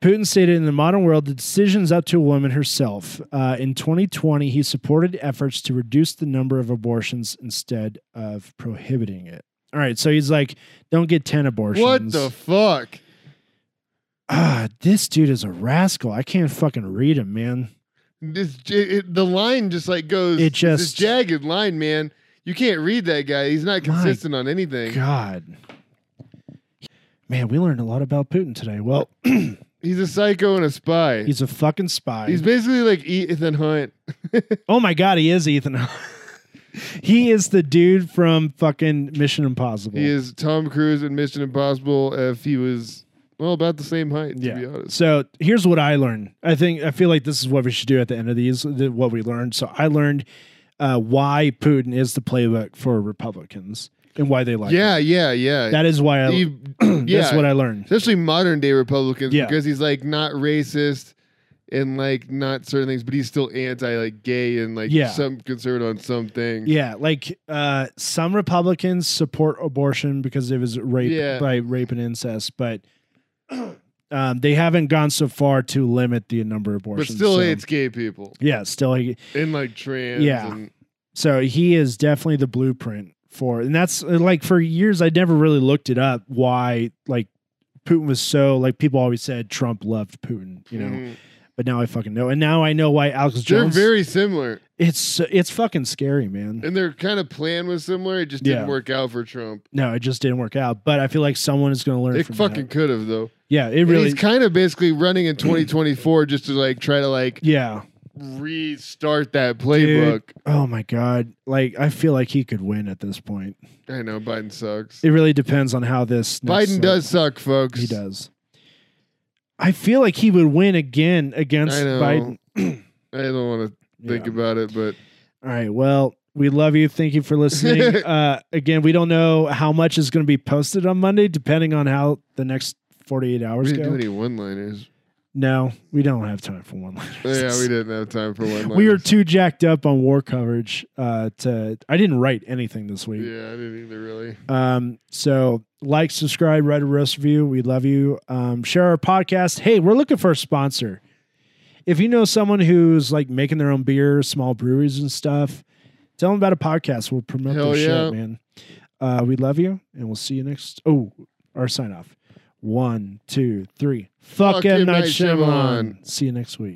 S1: Putin stated in the modern world, the decision's up to a woman herself. Uh, in 2020, he supported efforts to reduce the number of abortions instead of prohibiting it. All right, so he's like, don't get 10 abortions.
S2: What the fuck?
S1: ah, this dude is a rascal. I can't fucking read him, man.
S2: This j- it, the line just like goes.
S1: It
S2: it's this
S1: just-
S2: jagged line, man. You can't read that guy. He's not consistent on anything.
S1: God. Man, we learned a lot about Putin today. Well,
S2: He's a psycho and a spy. He's,
S1: he's a fucking spy.
S2: basically like Ethan Hunt.
S1: oh my God, he is Ethan. he is the dude from fucking Mission Impossible.
S2: He is Tom Cruise in Mission Impossible. If he was well about the same height, to be honest.
S1: So here's what I learned. I think I feel like this is what we should do at the end of these. th- What we learned. So I learned uh, why Putin is the playbook for Republicans and why they like. him.
S2: Yeah, yeah, yeah.
S1: that is why I.
S2: He-
S1: That's what I learned.
S2: especially modern day Republicans
S1: Yeah.
S2: because he's like not racist and like not certain things, but he's still anti like gay and like
S1: Yeah.
S2: some concerned on some things.
S1: Yeah, like uh, some Republicans support abortion because it was rape
S2: Yeah.
S1: by rape and incest, but um, they haven't gone so far to limit the number of
S2: But
S1: abortions.
S2: still
S1: so-
S2: hates gay people
S1: yeah, still like
S2: and like trans.
S1: Yeah.
S2: and-
S1: so he is definitely the blueprint for, and that's uh, like for years I never really looked it up why like Putin was so like people always said Trump loved Putin, you know,
S2: Mhm.
S1: but now I fucking know, and now I know why Alex
S2: they're
S1: Jones.
S2: very similar
S1: it's so- it's fucking scary, man.
S2: and their kind of plan was similar. It just
S1: Yeah.
S2: didn't work out for Trump.
S1: No, it just didn't work out. But I feel like someone is going to learn.
S2: It
S1: from
S2: fucking
S1: that.
S2: could have though.
S1: yeah, it
S2: And
S1: really,
S2: he's kind of basically running in 2024 just to like try to like
S1: yeah.
S2: restart that playbook.
S1: Oh my god, like I feel like he could win at this point.
S2: I know Biden sucks.
S1: It really depends on how this next
S2: Biden
S1: sele-
S2: does suck, folks.
S1: He does. I feel like he would win again against
S2: I know.
S1: Biden.
S2: I don't want to think
S1: Yeah.
S2: about it, but
S1: All right. Well, we love you. Thank you for listening. uh, again, we don't know how much is going to be posted on Monday, depending on how the next forty-eight
S2: we
S1: hours
S2: didn't
S1: go.
S2: do any one liners.
S1: no, we don't have time for one.
S2: Yeah, we didn't have time for one liners.
S1: we were too jacked up on war coverage uh to i didn't write anything this week
S2: Yeah, I didn't either, really.
S1: um so like subscribe write a roast review we love you um share our podcast hey we're looking for a sponsor if you know someone who's like making their own beer small breweries and stuff tell them about a podcast we'll promote
S2: Hell
S1: their
S2: yeah.
S1: shit man Uh, we love you, and we'll see you next. Oh, our sign off. One, two, three. Fuck,
S2: Fuck
S1: M.
S2: M.
S1: Night
S2: Night Shyamalan.
S1: Shyamalan. See you next week.